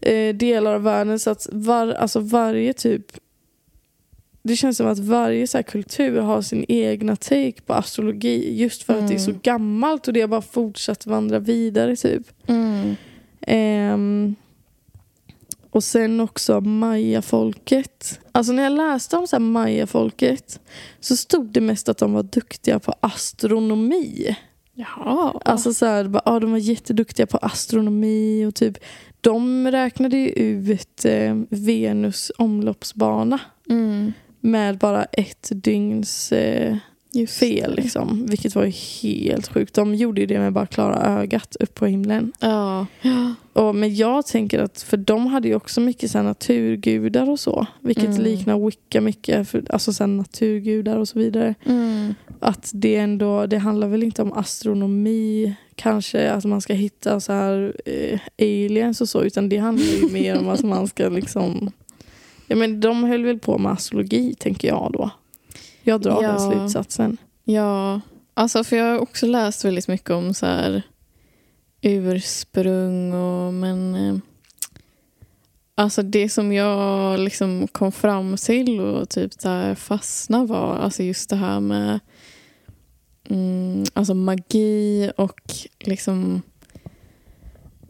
Speaker 1: eh, delar av världen. Så att var, alltså varje typ det känns som att varje så här kultur har sin egna take på astrologi just för att det är så
Speaker 2: Mm.
Speaker 1: gammalt och det har bara fortsatt vandra vidare. typ.
Speaker 2: Mm.
Speaker 1: Ehm, och sen också mayafolket. Alltså när jag läste om så här mayafolket så stod det mest att de var duktiga på astronomi.
Speaker 2: Jaha.
Speaker 1: Alltså så här, bara, ja, de var jätteduktiga på astronomi och typ de räknade ju ut eh, Venus omloppsbana
Speaker 2: mm.
Speaker 1: med bara ett dygns eh,
Speaker 2: just
Speaker 1: fel
Speaker 2: det.
Speaker 1: liksom. Vilket var ju helt sjukt. De gjorde ju det med bara klara ögat upp på himlen.
Speaker 2: Ja. Ja.
Speaker 1: Och, men jag tänker att, för de hade ju också mycket så här naturgudar och så. Vilket
Speaker 2: Mm.
Speaker 1: liknar Wicca mycket, för, alltså så här naturgudar och så vidare.
Speaker 2: Mm.
Speaker 1: Att det ändå, det handlar väl inte om astronomi kanske, att man ska hitta så här eh, aliens och så. Utan det handlar ju mer om att man ska liksom... Ja men de höll väl på med astrologi tänker jag då. Jag drar
Speaker 2: Ja.
Speaker 1: den slutsatsen.
Speaker 2: ja. Alltså, för jag har också läst väldigt mycket om så här ursprung och men eh, Alltså det som jag liksom kom fram till och typ där fastnade var alltså just det här med mm, alltså magi och liksom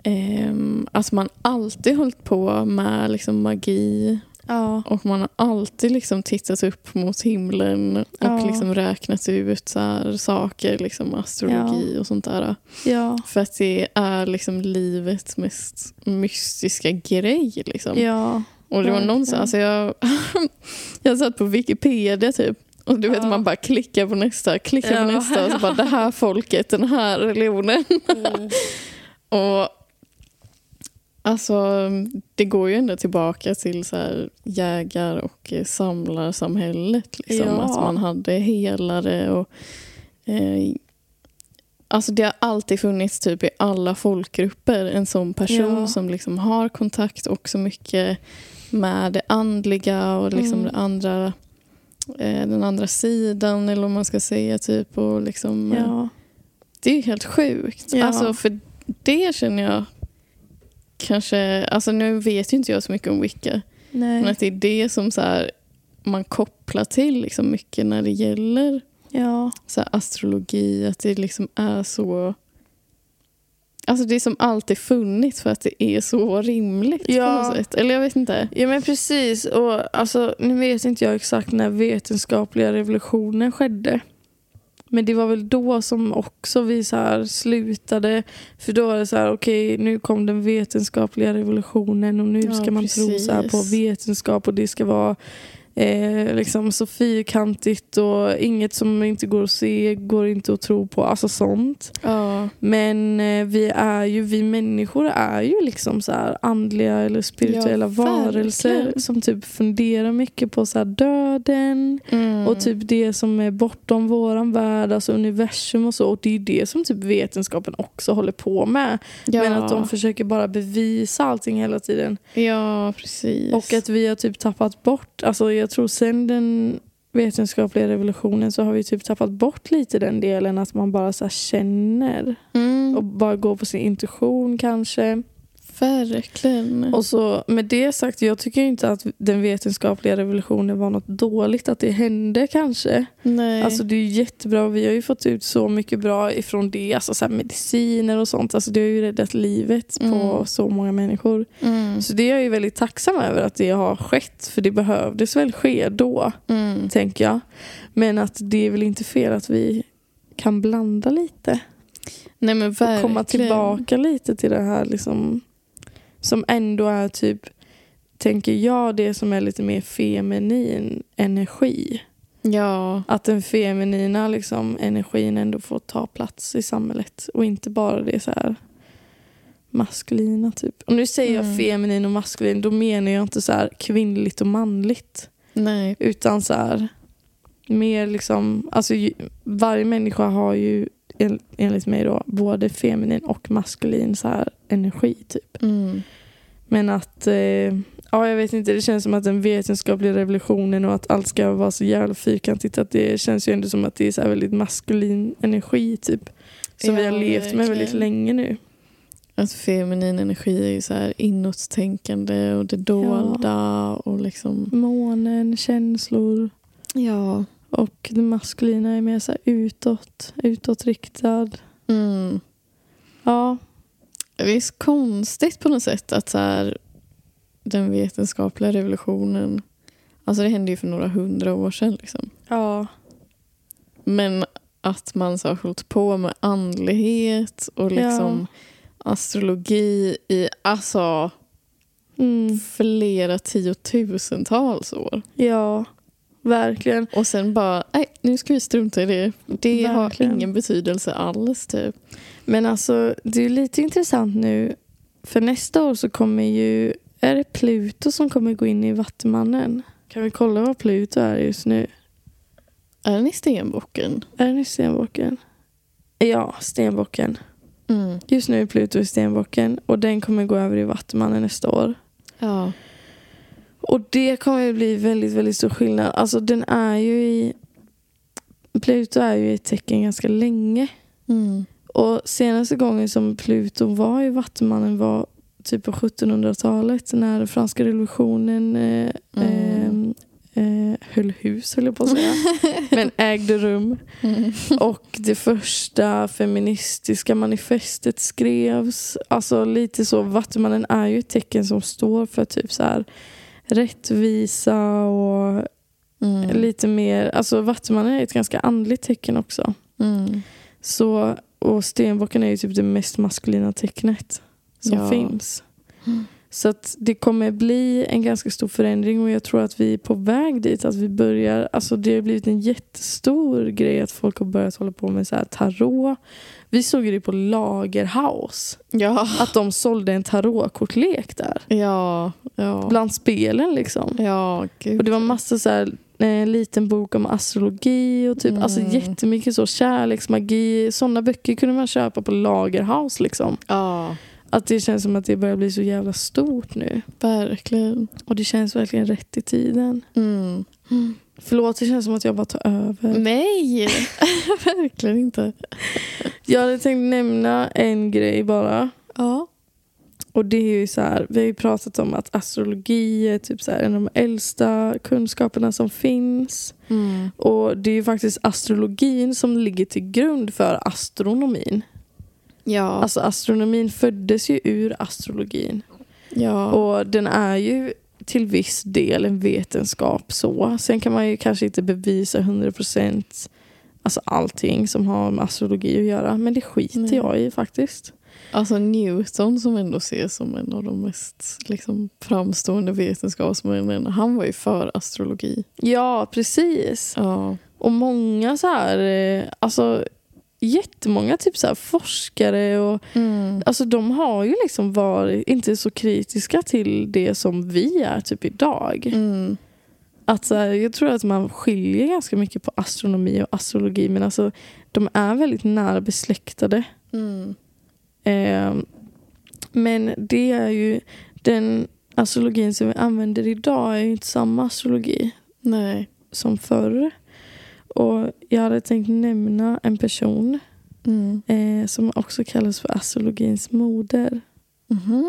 Speaker 2: ehm, alltså man har alltid hållit på med liksom magi
Speaker 1: Ja.
Speaker 2: och man har alltid liksom tittat upp mot himlen och
Speaker 1: Ja.
Speaker 2: liksom räknat ut så här saker, liksom astrologi och sånt där.
Speaker 1: Ja.
Speaker 2: För att det är liksom livets mest mystiska grej. Liksom.
Speaker 1: Ja.
Speaker 2: Och det var någon så,
Speaker 1: verkligen.
Speaker 2: alltså jag, jag satt på Wikipedia typ. Och du vet
Speaker 1: Ja.
Speaker 2: man bara klickar på nästa, klickar på
Speaker 1: Ja.
Speaker 2: nästa. Och så bara det här folket, den här religionen. Och alltså det går ju ändå tillbaka till så här, jägar och eh, samlarsamhället. Liksom.
Speaker 1: Ja.
Speaker 2: Att man hade helare och eh, Alltså det har alltid funnits typ i alla folkgrupper en sån person
Speaker 1: Ja.
Speaker 2: som liksom har kontakt också mycket med det andliga och liksom
Speaker 1: Mm.
Speaker 2: det andra, eh, den andra sidan eller om man ska säga. typ och liksom, eh,
Speaker 1: Ja.
Speaker 2: det är ju helt sjukt.
Speaker 1: Ja.
Speaker 2: Alltså för det känner jag kanske, alltså nu vet ju inte jag så mycket om Wicca. Men
Speaker 1: Nej.
Speaker 2: att det är det som så här, man kopplar till liksom mycket när det gäller
Speaker 1: Ja.
Speaker 2: så här, astrologi. Att det liksom är så, alltså det är som alltid funnits för att det är så rimligt
Speaker 1: Ja.
Speaker 2: på något sätt. Eller jag vet inte.
Speaker 1: Ja men precis. Och alltså, nu vet inte jag exakt när vetenskapliga revolutionen skedde. Men det var väl då som också vi så här slutade. För då var det så här, okej nu kom den vetenskapliga revolutionen och nu
Speaker 2: Ja,
Speaker 1: ska man tro så här på
Speaker 2: precis.
Speaker 1: vetenskap och det ska vara eh, liksom så fyrkantigt och inget som inte går att se går inte att tro på. Alltså sånt.
Speaker 2: Ja,
Speaker 1: Men eh, vi är ju, vi människor är ju liksom så här andliga eller spirituella
Speaker 2: Ja,
Speaker 1: varelser
Speaker 2: verkligen.
Speaker 1: som typ funderar mycket på så här döden
Speaker 2: mm.
Speaker 1: och typ det som är bortom våran värld, alltså universum och så. Och det är ju det som typ vetenskapen också håller på med.
Speaker 2: ja.
Speaker 1: Men att de försöker bara bevisa allting hela tiden.
Speaker 2: Ja, precis.
Speaker 1: Och att vi har typ tappat bort, alltså jag tror sen den vetenskapliga revolutionen så har vi typ tappat bort lite den delen att man bara så här känner.
Speaker 2: mm.
Speaker 1: Och bara gå på sin intuition kanske.
Speaker 2: Verkligen.
Speaker 1: Och så, med det sagt, jag tycker inte att den vetenskapliga revolutionen var något dåligt att det hände kanske.
Speaker 2: Nej.
Speaker 1: Alltså det är ju jättebra, vi har ju fått ut så mycket bra ifrån det. Alltså så här mediciner och sånt. Alltså det har ju räddat livet på
Speaker 2: Mm.
Speaker 1: så många människor.
Speaker 2: mm.
Speaker 1: Så det är jag ju väldigt tacksam över att det har skett. För det behövdes väl ske då,
Speaker 2: Mm.
Speaker 1: tänker jag. Men att det är väl inte fel att vi kan blanda lite.
Speaker 2: Nej men verkligen.
Speaker 1: och komma tillbaka lite till det här liksom, som ändå är typ, tänker jag, det som är lite mer feminin energi.
Speaker 2: Ja.
Speaker 1: Att den feminina liksom, energin ändå får ta plats i samhället och inte bara det så här maskulina typ. Och nu säger
Speaker 2: Mm.
Speaker 1: jag feminin och maskulin, då menar jag inte så här kvinnligt och manligt.
Speaker 2: Nej.
Speaker 1: Utan så här mer liksom, alltså ju, varje människa har ju en- enligt mig då både feminin och maskulin så här energi typ.
Speaker 2: Mm.
Speaker 1: Men att, eh, ja jag vet inte, det känns som att den vetenskapliga revolutionen och att allt ska vara så jävla fyrkantigt att det känns ju ändå som att det är så här väldigt maskulin energi typ. Som vi
Speaker 2: Ja,
Speaker 1: har levt med väldigt
Speaker 2: verkligen.
Speaker 1: länge nu.
Speaker 2: Att Alltså, feminin energi är ju så här inåttänkande och det dolda och liksom...
Speaker 1: Månen, känslor
Speaker 2: Ja.
Speaker 1: och det maskulina är mer så här utåt, utåtriktad.
Speaker 2: Mm.
Speaker 1: Ja,
Speaker 2: Det är så konstigt på något sätt att så här, den vetenskapliga revolutionen... Alltså det hände ju för några hundra år sedan liksom.
Speaker 1: ja.
Speaker 2: Men att man så har hållit på med andlighet och liksom astrologi i alltså
Speaker 1: Mm,
Speaker 2: flera tiotusentals år.
Speaker 1: ja, verkligen.
Speaker 2: Och sen bara, nej nu ska vi strunta i det. Det
Speaker 1: Verkligen.
Speaker 2: har ingen betydelse alls typ.
Speaker 1: Men alltså, det är lite intressant nu. För nästa år så kommer ju... Är det Pluto som kommer gå in i Vattumannen? Kan vi kolla vad Pluto är just nu?
Speaker 2: Är den i stenbocken?
Speaker 1: Är den i Stenbocken? Ja, Stenbocken.
Speaker 2: Mm.
Speaker 1: Just nu är Pluto i Stenbocken och den kommer gå över i Vattumannen nästa år.
Speaker 2: Ja.
Speaker 1: Och det kommer ju bli väldigt, väldigt stor skillnad. Alltså den är ju i... Pluto är ju i tecken ganska länge.
Speaker 2: Mm.
Speaker 1: Och senaste gången som Pluto var i Vattumannen var typ på 1700-talet när franska revolutionen eh,
Speaker 2: Mm.
Speaker 1: eh, eh, höll hus, höll jag på att säga. Men ägde rum.
Speaker 2: Mm.
Speaker 1: Och det första feministiska manifestet skrevs. Alltså lite så, Vattumannen är ju ett tecken som står för typ så här rättvisa och
Speaker 2: Mm.
Speaker 1: lite mer, alltså Vattumannen är ett ganska andligt tecken också.
Speaker 2: Mm.
Speaker 1: Så, och stenbocken är ju typ det mest maskulina tecknet som
Speaker 2: Ja.
Speaker 1: finns. Så att det kommer bli en ganska stor förändring och jag tror att vi är på väg dit. Att vi börjar, alltså det har blivit en jättestor grej att folk har börjat hålla på med så här tarot. Vi såg ju det på Lagerhaus.
Speaker 2: Ja.
Speaker 1: Att de sålde en tarotkortlek där.
Speaker 2: Ja. Ja.
Speaker 1: Bland spelen liksom.
Speaker 2: Ja, gud.
Speaker 1: Och det var massa så här, eh, liten bok om astrologi och typ
Speaker 2: Mm.
Speaker 1: alltså jättemycket så kärleksmagi. Sådana böcker kunde man köpa på Lagerhaus liksom.
Speaker 2: Ja,
Speaker 1: Att det känns som att det börjar bli så jävla stort nu.
Speaker 2: verkligen.
Speaker 1: Och det känns verkligen rätt i tiden.
Speaker 2: Mm.
Speaker 1: Förlåt, det känns som att jag bara tar över.
Speaker 2: Nej, verkligen inte.
Speaker 1: Jag hade tänkt nämna en grej bara.
Speaker 2: Ja.
Speaker 1: Och det är ju så här, vi har ju pratat om att astrologi är typ så här, en av de äldsta kunskaperna som finns.
Speaker 2: Mm.
Speaker 1: Och det är ju faktiskt astrologin som ligger till grund för astronomin.
Speaker 2: Ja.
Speaker 1: Alltså astronomin föddes ju ur astrologin.
Speaker 2: ja.
Speaker 1: Och den är ju till viss del en vetenskap så. Sen kan man ju kanske inte bevisa 100% alltså allting som har med astrologi att göra. Men det skiter
Speaker 2: Nej.
Speaker 1: jag i faktiskt.
Speaker 2: Alltså Newton som ändå ses som en av de mest liksom, framstående vetenskapsmännen. Han var ju för astrologi.
Speaker 1: Ja, precis.
Speaker 2: Ja.
Speaker 1: Och många så här, eh, alltså jättemånga typ så här forskare och
Speaker 2: Mm.
Speaker 1: alltså de har ju liksom varit inte så kritiska till det som vi är typ idag.
Speaker 2: Mm.
Speaker 1: att så här, jag tror att man skiljer ganska mycket på astronomi och astrologi men alltså de är väldigt nära besläktade.
Speaker 2: Mm.
Speaker 1: Eh, men det är ju den astrologin som vi använder idag är ju inte samma astrologi
Speaker 2: Nej.
Speaker 1: som förr. Och jag hade tänkt nämna en person
Speaker 2: Mm.
Speaker 1: eh, som också kallas för astrologins moder
Speaker 2: Mhm.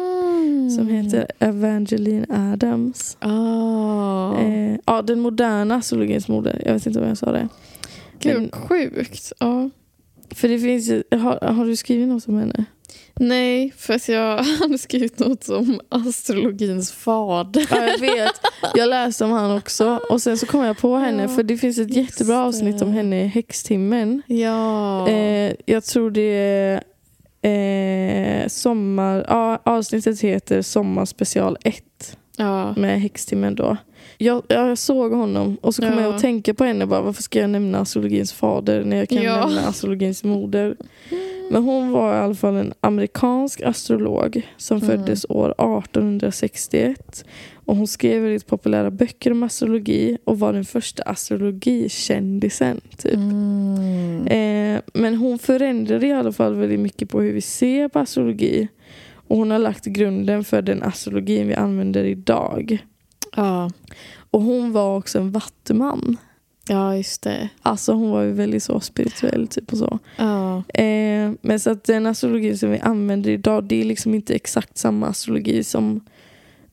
Speaker 1: Mm. som heter Evangeline Adams.
Speaker 2: Ah.
Speaker 1: Eh, ja, den moderna astrologins moder. Jag vet inte om jag sa det.
Speaker 2: Gud,
Speaker 1: men-
Speaker 2: sjukt. Ja.
Speaker 1: För det finns ju- har, har du skrivit något om henne?
Speaker 2: Nej, för att jag hade skrivit något om astrologins fader.
Speaker 1: Ja, jag vet. Jag läste om han också. Och sen så kom jag på henne
Speaker 2: Ja,
Speaker 1: för det finns ett
Speaker 2: just
Speaker 1: jättebra avsnitt
Speaker 2: det.
Speaker 1: om henne i Häxtimmen.
Speaker 2: Ja.
Speaker 1: Eh, jag tror det är eh, sommar... Ja, avsnittet heter Sommarspecial 1
Speaker 2: ja.
Speaker 1: med Häxtimmen då. Jag, jag såg honom och så kom
Speaker 2: Ja.
Speaker 1: jag att tänka på henne. Bara, varför ska jag nämna astrologins fader när jag kan
Speaker 2: Ja.
Speaker 1: nämna astrologins moder? Men hon var i alla fall en amerikansk astrolog som
Speaker 2: Mm.
Speaker 1: föddes år 1861. Och hon skrev väldigt populära böcker om astrologi och var den första astrologikändisen. Typ.
Speaker 2: Mm.
Speaker 1: Eh, men hon förändrade i alla fall väldigt mycket på hur vi ser på astrologi. Och hon har lagt grunden för den astrologin vi använder idag.
Speaker 2: Ja.
Speaker 1: Och hon var också en vattuman.
Speaker 2: ja, just det.
Speaker 1: Alltså hon var ju väldigt så spirituell typ och så.
Speaker 2: Ja.
Speaker 1: Eh, men så att den astrologi som vi använder idag det är liksom inte exakt samma astrologi som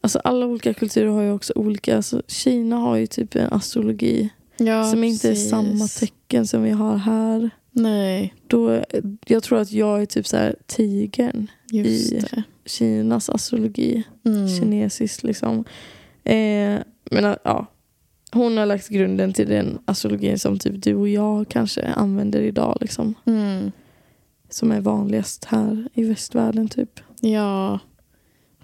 Speaker 1: Alltså alla olika kulturer har ju också olika, alltså Kina har ju typ en astrologi
Speaker 2: Ja,
Speaker 1: som inte
Speaker 2: precis.
Speaker 1: är samma tecken som vi har här.
Speaker 2: Nej,
Speaker 1: Då, eh, jag tror att jag är typ så här tigern,
Speaker 2: just
Speaker 1: i-
Speaker 2: det.
Speaker 1: Kinas astrologi,
Speaker 2: Mm.
Speaker 1: kinesiskt liksom. Eh, men eh, ja, hon har lagt grunden till den astrologin som typ du och jag kanske använder idag liksom.
Speaker 2: Mm.
Speaker 1: som är vanligast här i västvärlden typ.
Speaker 2: Ja,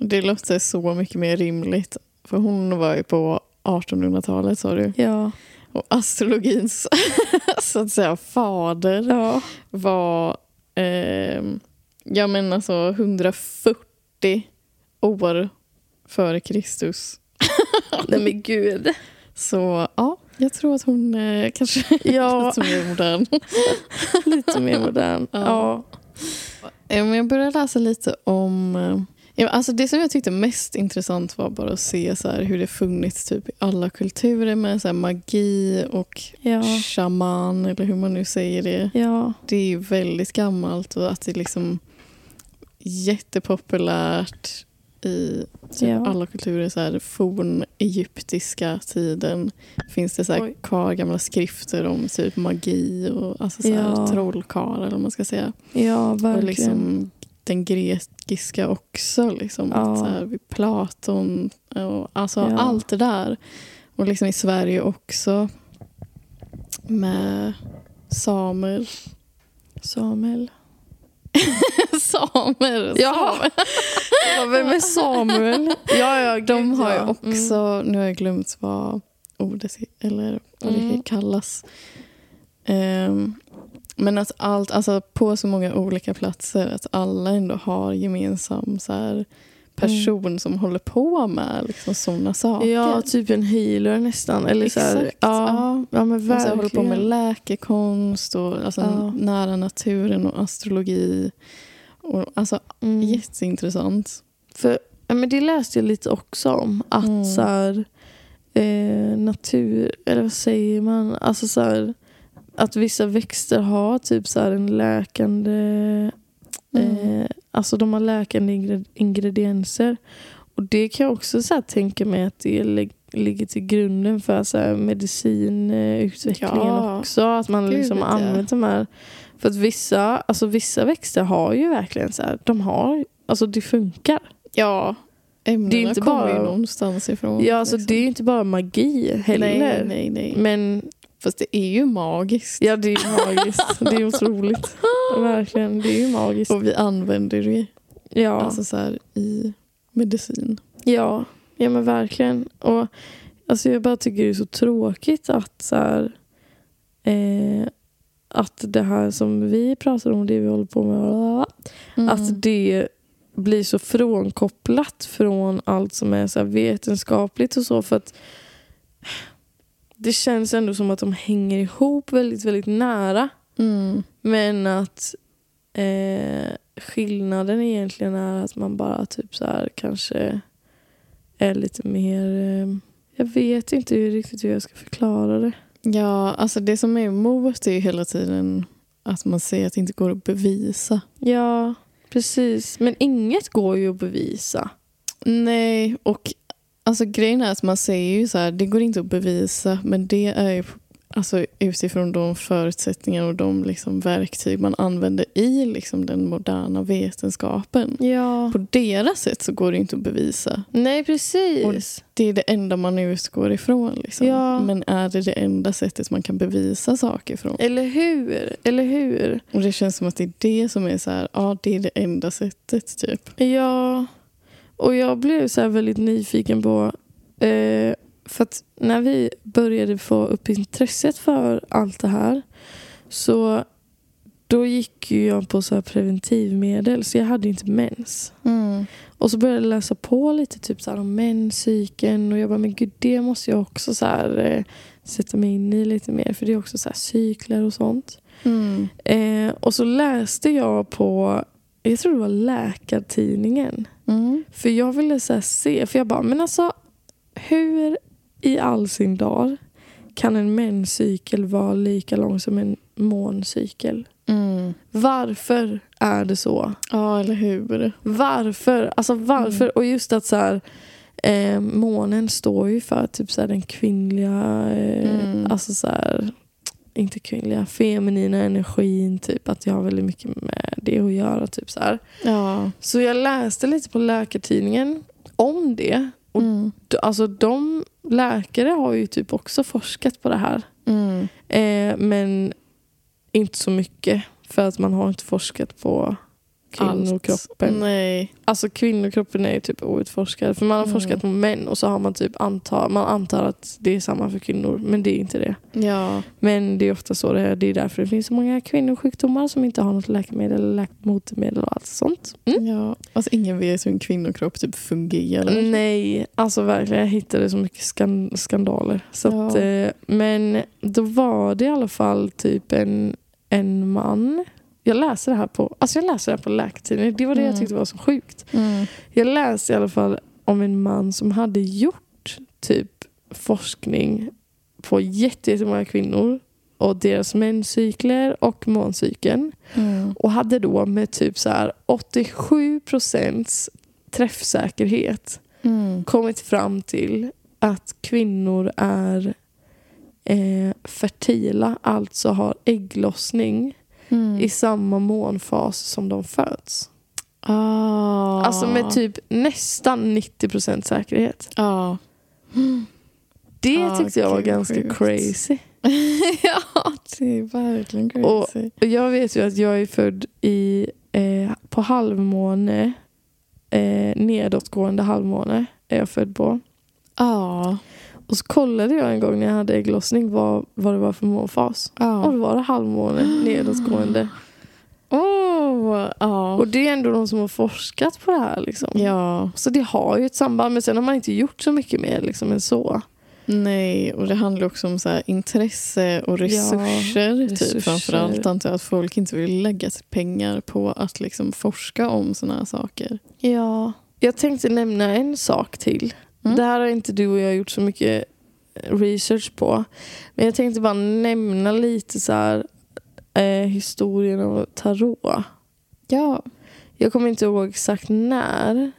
Speaker 2: det låter så mycket mer rimligt. För hon var ju på 1800-talet sa du.
Speaker 1: Ja.
Speaker 2: Och astrologins så att säga fader
Speaker 1: Ja.
Speaker 2: var ehm, ja men alltså 140 år före Kristus.
Speaker 1: Nej men gud.
Speaker 2: Så ja, jag tror att hon eh, kanske är
Speaker 1: Ja,
Speaker 2: lite mer modern.
Speaker 1: lite mer modern.
Speaker 2: Ja.
Speaker 1: Ja.
Speaker 2: Eh, Men jag började läsa lite om eh, Ja, men Alltså det som jag tyckte mest intressant var bara att se så här hur det funnits typ i alla kulturer med så här magi och
Speaker 1: Ja.
Speaker 2: shaman eller hur man nu säger det.
Speaker 1: Ja.
Speaker 2: Det är ju väldigt gammalt och att det är liksom jättepopulärt i typ
Speaker 1: Ja.
Speaker 2: alla kulturer. Så här, fornegyptiska tiden finns det så här
Speaker 1: Oj.
Speaker 2: kvar gamla skrifter om typ magi och alltså så här,
Speaker 1: Ja.
Speaker 2: trollkarlar eller vad man ska säga.
Speaker 1: Ja,
Speaker 2: Och
Speaker 1: verkligen.
Speaker 2: liksom den grekiska också. Liksom,
Speaker 1: Ja.
Speaker 2: att så här, vid Platon och alltså
Speaker 1: Ja.
Speaker 2: allt det där. Och liksom i Sverige också med samer.
Speaker 1: Samuel.
Speaker 2: samer!
Speaker 1: Ja.
Speaker 2: samer.
Speaker 1: Ja, vem är Samuel? ja, ja, gud,
Speaker 2: De har ju
Speaker 1: ja. mm.
Speaker 2: också, nu har jag glömt vad ordet he- eller vad
Speaker 1: Mm.
Speaker 2: det kallas. Ehm, men att allt, alltså på så många olika platser, att alla ändå har gemensam så här, person som håller på med liksom, sådana saker.
Speaker 1: Mm. Ja, typ en healer nästan. Eller så här,
Speaker 2: Exakt.
Speaker 1: ja.
Speaker 2: ja.
Speaker 1: ja, men
Speaker 2: Och så
Speaker 1: verkligen.
Speaker 2: håller på med läkekonst och alltså,
Speaker 1: Ja.
Speaker 2: nära naturen och astrologi. Och, alltså,
Speaker 1: Mm.
Speaker 2: Jätteintressant.
Speaker 1: För, ja, men det läste jag lite också om. Att
Speaker 2: Mm.
Speaker 1: så här, eh, natur, eller vad säger man? Alltså så här, att vissa växter har typ så här en läkande...
Speaker 2: Mm.
Speaker 1: Eh, alltså de har läkande ingre- ingredienser. Och det kan jag också så här, tänka mig att det lig- ligger till grunden för så här, medicinutvecklingen
Speaker 2: Ja.
Speaker 1: också. Att man
Speaker 2: Gud,
Speaker 1: liksom
Speaker 2: ja.
Speaker 1: använt de här. För att vissa, alltså vissa växter har ju verkligen så här, de har, alltså det funkar.
Speaker 2: Ja, ämnena
Speaker 1: Det är inte
Speaker 2: kommer
Speaker 1: bara-
Speaker 2: ju någonstans ifrån.
Speaker 1: Ja, alltså
Speaker 2: liksom.
Speaker 1: det är ju inte bara magi heller.
Speaker 2: Nej, nej, nej.
Speaker 1: Men
Speaker 2: Fast det är ju magiskt.
Speaker 1: ja, det är ju magiskt. det är otroligt. Verkligen, det är ju magiskt.
Speaker 2: Och vi använder det ju
Speaker 1: Ja,
Speaker 2: alltså så här, i medicin.
Speaker 1: ja. ja men verkligen. Och alltså, jag bara tycker det är så tråkigt att så här, eh, att det här som vi pratar om, det vi håller på med,
Speaker 2: Mm.
Speaker 1: att Alltså, det blir så frånkopplat från allt som är så här vetenskapligt och så. För att det känns ändå som att de hänger ihop väldigt, väldigt nära.
Speaker 2: Mm.
Speaker 1: Men att eh, skillnaden egentligen är att man bara typ så här kanske är lite mer... Eh, jag vet inte hur- riktigt hur jag ska förklara det.
Speaker 2: Ja, alltså det som är emot är ju hela tiden att man säger att det inte går att bevisa.
Speaker 1: Ja, precis. Men inget går ju att bevisa.
Speaker 2: Nej, och alltså grejen är att man säger ju så här, det går inte att bevisa, men det är ju alltså, utifrån de förutsättningar och de liksom, verktyg man använder i liksom, den moderna vetenskapen.
Speaker 1: Ja.
Speaker 2: På deras sätt så går det inte att bevisa.
Speaker 1: Nej, precis.
Speaker 2: Det är det enda man utgår ifrån. Liksom.
Speaker 1: Ja.
Speaker 2: Men är det det enda sättet man kan bevisa saker från?
Speaker 1: Eller hur? Eller hur?
Speaker 2: Och det känns som att det är det som är så här, ja det är det enda sättet typ.
Speaker 1: Ja, och jag blev så här väldigt nyfiken på... Eh, för att när vi började få upp intresset för allt det här så då gick ju jag på så här preventivmedel så jag hade inte mens. Och så började jag läsa på lite typ så här om menscykeln och jag bara men gud det måste jag också så här, eh, sätta mig in i lite mer för det är också så här cykler och sånt.
Speaker 2: Mm.
Speaker 1: Eh, och så läste jag på, jag tror det var Läkartidningen.
Speaker 2: Mm.
Speaker 1: För jag ville så här se, för jag bara, men alltså hur i all sin dar kan en menscykel vara lika lång som en måncykel?
Speaker 2: Mm.
Speaker 1: Varför är det så?
Speaker 2: Ja, eller hur?
Speaker 1: Varför? Alltså varför? Och just att så här, eh, månen står ju för typ så här, den kvinnliga, eh,
Speaker 2: Mm.
Speaker 1: alltså så här, inte kvinnliga, feminina energin typ. Att det har väldigt mycket med det att göra typ så här.
Speaker 2: Ja.
Speaker 1: Så jag läste lite på Läkartidningen om det. Och
Speaker 2: Mm.
Speaker 1: d- alltså de läkare har ju typ också forskat på det här.
Speaker 2: Mm.
Speaker 1: Eh, men inte så mycket. För att man har inte forskat på kvinnokroppen.
Speaker 2: Allt. Nej.
Speaker 1: Alltså kvinnokroppen är ju typ outforskad. För man har
Speaker 2: Mm.
Speaker 1: forskat på män och så har man typ antar, man antar att det är samma för kvinnor. Men det är inte det.
Speaker 2: Ja.
Speaker 1: Men det är ofta så det är. Det är därför det finns så många kvinnosjukdomar som inte har något läkemedel eller läk- motmedel och allt sånt. Mm.
Speaker 2: ja. Alltså ingen vet hur en kvinnokropp typ fungerar.
Speaker 1: Nej, alltså verkligen. Jag hittade så mycket skan- skandaler. Så
Speaker 2: Ja.
Speaker 1: att, eh, men då var det i alla fall typ en, en man Jag läser det här på, alltså jag läser det här på läkartidningen. Det var det jag
Speaker 2: Mm.
Speaker 1: tyckte var så sjukt.
Speaker 2: Mm.
Speaker 1: Jag läste i alla fall om en man som hade gjort typ forskning på jätte- jättemånga kvinnor och deras menscykler och måncykeln.
Speaker 2: Mm.
Speaker 1: Och hade då med typ så här 87 procents träffsäkerhet
Speaker 2: Mm.
Speaker 1: kommit fram till att kvinnor är eh, fertila, alltså har ägglossning
Speaker 2: Mm.
Speaker 1: i samma månfas som de föds.
Speaker 2: Ah.
Speaker 1: Alltså med typ nästan 90% säkerhet.
Speaker 2: Ja.
Speaker 1: Det
Speaker 2: Ja,
Speaker 1: tyckte jag var
Speaker 2: gud,
Speaker 1: ganska
Speaker 2: sjukt.
Speaker 1: crazy.
Speaker 2: ja, det är verkligen
Speaker 1: Och-
Speaker 2: crazy.
Speaker 1: Och jag vet ju att jag är född i, eh, på halvmåne, eh, nedåtgående halvmåne är jag född på.
Speaker 2: Ja.
Speaker 1: Och så kollade jag en gång när jag hade ägglossning vad, vad det var för månfas.
Speaker 2: Ja.
Speaker 1: Och då var det halvmåne, nedåtgående.
Speaker 2: Åh, ja.
Speaker 1: Och det är ändå de som har forskat på det här. Liksom.
Speaker 2: Ja.
Speaker 1: Så det har ju ett samband, men sen har man inte gjort så mycket mer liksom, än så.
Speaker 2: Nej, och det handlar också om så här, intresse och resurser.
Speaker 1: resurser.
Speaker 2: Typ, framförallt antar jag att folk inte vill lägga pengar på att liksom, forska om såna här saker.
Speaker 1: Ja. Jag tänkte nämna en sak till.
Speaker 2: Mm.
Speaker 1: Det här har inte du och jag gjort så mycket eh, research på. Men jag tänkte bara nämna lite så här, eh, historien om tarot.
Speaker 2: Ja.
Speaker 1: Jag kommer inte ihåg exakt när.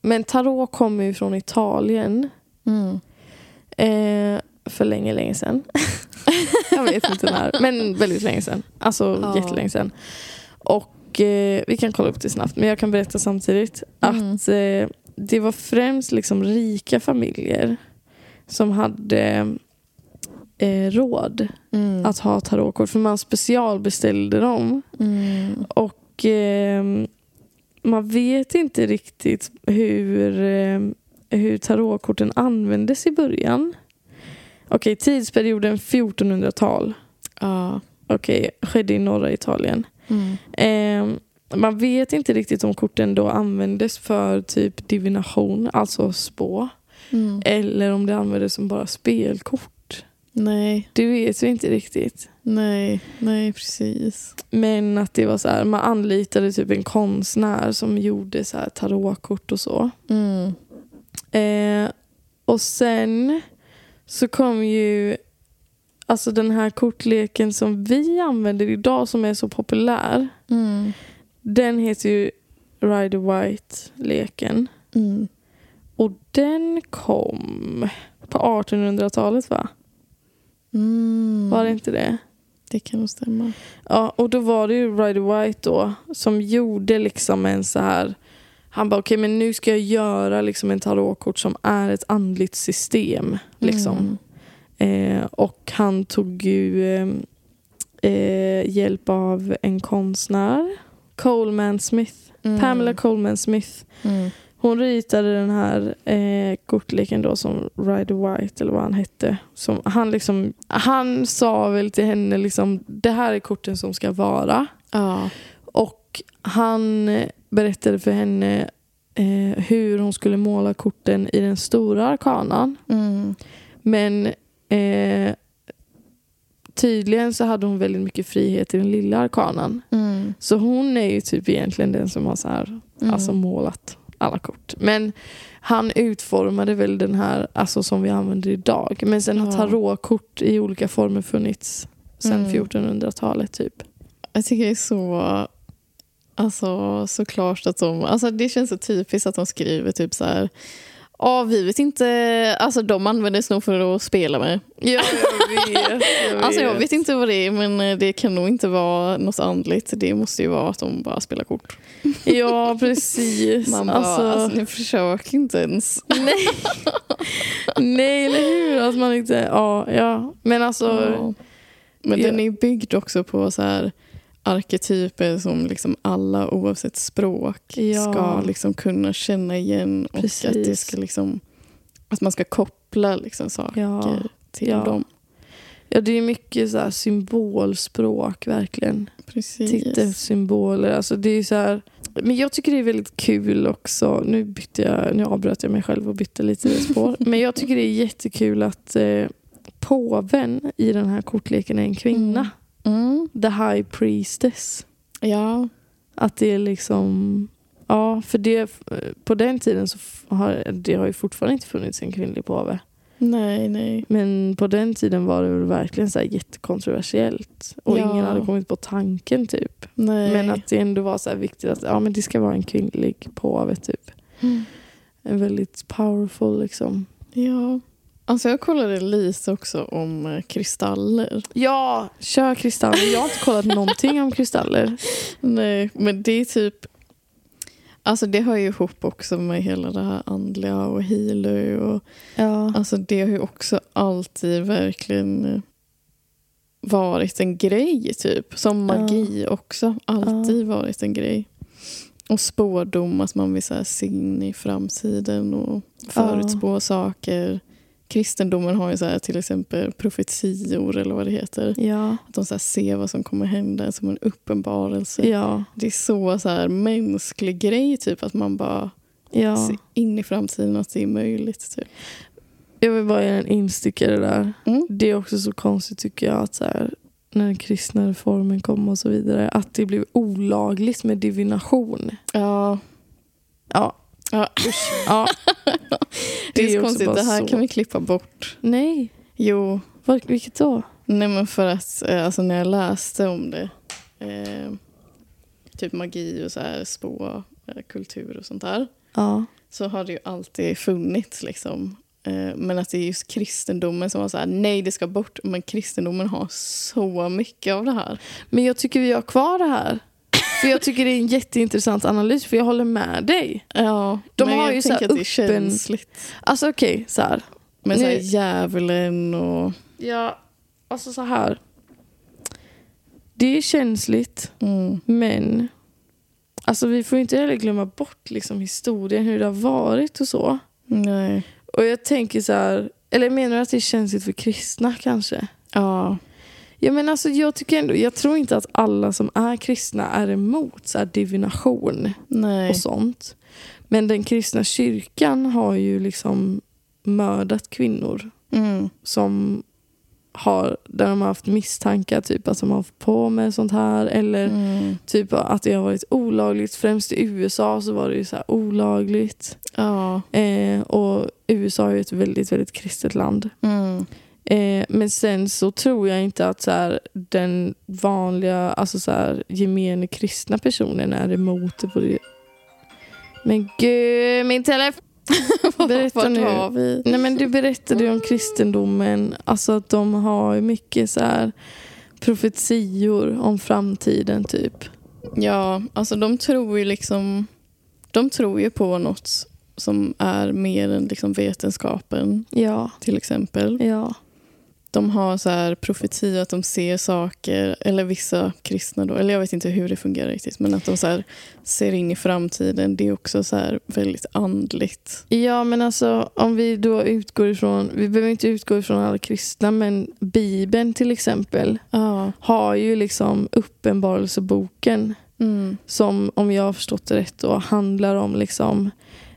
Speaker 1: Men tarot kommer ju från Italien.
Speaker 2: Mm.
Speaker 1: Eh, för länge, länge sedan. jag vet inte när, men väldigt länge sedan. Alltså
Speaker 2: Ja.
Speaker 1: jättelänge sedan. Och eh, vi kan kolla upp det snabbt, men jag kan berätta samtidigt
Speaker 2: Mm.
Speaker 1: att eh, det var främst liksom rika familjer som hade eh, råd
Speaker 2: Mm.
Speaker 1: att ha tarotkort, för man specialbeställde dem.
Speaker 2: Mm.
Speaker 1: Och ehm, man vet inte riktigt hur, ehm, hur tarotkorten användes i början. Okej, tidsperioden 1400-tal
Speaker 2: Ja.
Speaker 1: Okej, skedde i norra Italien.
Speaker 2: Mm.
Speaker 1: Ehm, man vet inte riktigt om korten då användes för typ divination, alltså spå.
Speaker 2: Mm.
Speaker 1: Eller om det användes som bara spelkort.
Speaker 2: Nej,
Speaker 1: Det vet vi inte riktigt.
Speaker 2: nej, nej precis.
Speaker 1: Men att det var så här, man anlitade typ en konstnär som gjorde så här tarotkort och så.
Speaker 2: Mm.
Speaker 1: Eh, och sen så kom ju alltså den här kortleken som vi använder idag som är så populär.
Speaker 2: Mm.
Speaker 1: Den heter ju Rider White-leken.
Speaker 2: Mm.
Speaker 1: Och den kom på 1800-talet va?
Speaker 2: Mm.
Speaker 1: Var det inte det?
Speaker 2: Det kan nog stämma.
Speaker 1: Ja, och då var det ju Rider White då som gjorde liksom en så här... Han bara, okej men nu ska jag göra liksom en tarotkort som är ett andligt system.
Speaker 2: Mm.
Speaker 1: Liksom. Eh, och han tog ju eh, eh, hjälp av en konstnär, Coleman Smith.
Speaker 2: Mm.
Speaker 1: Pamela Coleman Smith.
Speaker 2: Mm.
Speaker 1: Hon ritade den här eh, kortleken då som Rider White eller vad han hette. Som, han, liksom, han sa väl till henne liksom, det här är korten som ska vara.
Speaker 2: Ja.
Speaker 1: Och han eh, berättade för henne eh, hur hon skulle måla korten i den stora arkanan.
Speaker 2: Mm.
Speaker 1: Men eh, tydligen så hade hon väldigt mycket frihet i den lilla arkanan.
Speaker 2: Mm.
Speaker 1: Så hon är ju typ egentligen den som har så här
Speaker 2: Mm.
Speaker 1: alltså målat alla kort. Men han utformade väl den här alltså som vi använder idag. Men sen har
Speaker 2: Ja.
Speaker 1: tarotkort i olika former funnits sen
Speaker 2: Mm.
Speaker 1: 1400-talet typ.
Speaker 2: Jag tycker det är så... Alltså såklart att de... Alltså det känns så typiskt att de skriver typ så här... Ja, vi vet inte... Alltså de användes nog för att spela med.
Speaker 1: Ja, jag vet.
Speaker 2: Alltså jag vet inte vad det är, men eh, det kan nog inte vara något andligt. Det måste ju vara att de bara spelar kort.
Speaker 1: Ja, precis.
Speaker 2: Man bara, alltså,
Speaker 1: alltså,
Speaker 2: ni försöker inte ens.
Speaker 1: nej. nej, eller hur? Att man inte... Ja, ja. Men alltså...
Speaker 2: Ja. Men
Speaker 1: Ja.
Speaker 2: den är byggd också på så här arketyper som liksom alla oavsett språk
Speaker 1: Ja.
Speaker 2: ska liksom kunna känna igen och
Speaker 1: Precis.
Speaker 2: att, det ska liksom, att man ska koppla liksom saker
Speaker 1: Ja.
Speaker 2: till
Speaker 1: Ja.
Speaker 2: dem.
Speaker 1: ja, det är mycket så här symbolspråk verkligen.
Speaker 2: Precis.
Speaker 1: titelsymboler. Alltså det är ju så här, men jag tycker det är väldigt kul också. Nu, bytte jag, nu avbröt jag mig själv och bytte lite spår. men jag tycker det är jättekul att eh, påven i den här kortleken är en kvinna.
Speaker 2: Mm.
Speaker 1: The High Priestess.
Speaker 2: Ja.
Speaker 1: Att det är liksom... Ja, för det, på den tiden så f- har det har ju fortfarande inte funnits en kvinnlig påve.
Speaker 2: Nej, nej.
Speaker 1: Men på den tiden var det väl verkligen så här jättekontroversiellt. Och
Speaker 2: Ja.
Speaker 1: ingen hade kommit på tanken typ.
Speaker 2: nej.
Speaker 1: Men att det ändå var så här viktigt att ja, men det ska vara en kvinnlig påve typ.
Speaker 2: Mm.
Speaker 1: En väldigt powerful liksom.
Speaker 2: Ja. Alltså jag kollade lite också om eh, kristaller.
Speaker 1: Ja, kör kristaller. Jag har inte kollat någonting om kristaller.
Speaker 2: Nej, men det är typ... Alltså det hör ju ihop också med hela det här andliga och healer och
Speaker 1: Ja.
Speaker 2: Alltså det har ju också alltid verkligen eh, varit en grej typ. Som
Speaker 1: Ja.
Speaker 2: magi också. Alltid varit en grej. Och spårdom, att man vill så här, se in i framtiden och förutspå saker. Kristendomen har ju så här, till exempel profetior eller vad det heter.
Speaker 1: Ja.
Speaker 2: Att de så här, ser vad som kommer hända som en uppenbarelse.
Speaker 1: Ja.
Speaker 2: Det är så, så här, mänsklig grej typ att man bara
Speaker 1: ja.
Speaker 2: ser in i framtiden att det är möjligt. Typ.
Speaker 1: Jag vill bara göra en instickare där.
Speaker 2: Mm.
Speaker 1: Det är också så konstigt tycker jag att så här, när den kristna reformen kom och så vidare. Att det blev olagligt med divination.
Speaker 2: Ja,
Speaker 1: Ja.
Speaker 2: Ja.
Speaker 1: Usch. ja.
Speaker 2: Det är,
Speaker 1: också
Speaker 2: så konstigt.
Speaker 1: bara
Speaker 2: Det här
Speaker 1: så.
Speaker 2: kan vi klippa bort.
Speaker 1: Nej.
Speaker 2: Jo,
Speaker 1: Var, vilket då?
Speaker 2: nej men för att eh, alltså, när jag läste om det, eh, typ magi och så här, spå, eh, kultur och sånt där,
Speaker 1: Ja.
Speaker 2: så har det ju alltid funnits liksom. Eh, men att det är just kristendomen som var så här, nej det ska bort. Men kristendomen har så mycket av det här.
Speaker 1: Men jag tycker vi har kvar det här. För jag tycker det är en jätteintressant analys. För jag håller med dig.
Speaker 2: Ja,
Speaker 1: De
Speaker 2: men
Speaker 1: har
Speaker 2: jag
Speaker 1: ju så
Speaker 2: tänker
Speaker 1: här
Speaker 2: att det är
Speaker 1: öppen-
Speaker 2: känsligt.
Speaker 1: Alltså okej, så här.
Speaker 2: Men så här,
Speaker 1: Nu-
Speaker 2: djävulen och...
Speaker 1: Ja, alltså så här. Det är känsligt,
Speaker 2: Mm,
Speaker 1: men alltså vi får inte heller glömma bort liksom historien, hur det har varit och så.
Speaker 2: nej.
Speaker 1: Och jag tänker så här, eller menar du att det är känsligt för kristna kanske?
Speaker 2: Ja.
Speaker 1: Ja, men alltså, jag, tycker ändå, jag tror inte att alla som är kristna är emot så här, divination
Speaker 2: Nej.
Speaker 1: och sånt. Men den kristna kyrkan har ju liksom mördat kvinnor
Speaker 2: Mm.
Speaker 1: som har, där de har haft misstankar typ att de har haft på med sånt här eller
Speaker 2: Mm.
Speaker 1: typ att det har varit olagligt. Främst i USA så var det ju så här olagligt.
Speaker 2: Ja.
Speaker 1: Eh, och USA är ju ett väldigt, väldigt kristet land.
Speaker 2: Mm.
Speaker 1: Eh, men sen så tror jag inte att så här, den vanliga, alltså så här, gemene kristna personen är emot det på det. Men gud, min telefon! Berätta
Speaker 2: Vart
Speaker 1: nu.
Speaker 2: var vi?
Speaker 1: Nej men du berättade ju om kristendomen, alltså att de har ju mycket så här profetior om framtiden typ.
Speaker 2: Ja, alltså de tror ju liksom... De tror ju på något som är mer än liksom vetenskapen,
Speaker 1: Ja,
Speaker 2: till exempel.
Speaker 1: ja,
Speaker 2: De har så här profetior, att de ser saker, eller vissa kristna då, eller jag vet inte hur det fungerar riktigt, men att de så här ser in i framtiden, det är också så här väldigt andligt.
Speaker 1: ja men alltså om vi då utgår ifrån, vi behöver inte utgå ifrån alla kristna men Bibeln till exempel
Speaker 2: Ja.
Speaker 1: har ju liksom uppenbarelseboken
Speaker 2: Mm.
Speaker 1: som om jag har förstått det rätt då handlar om liksom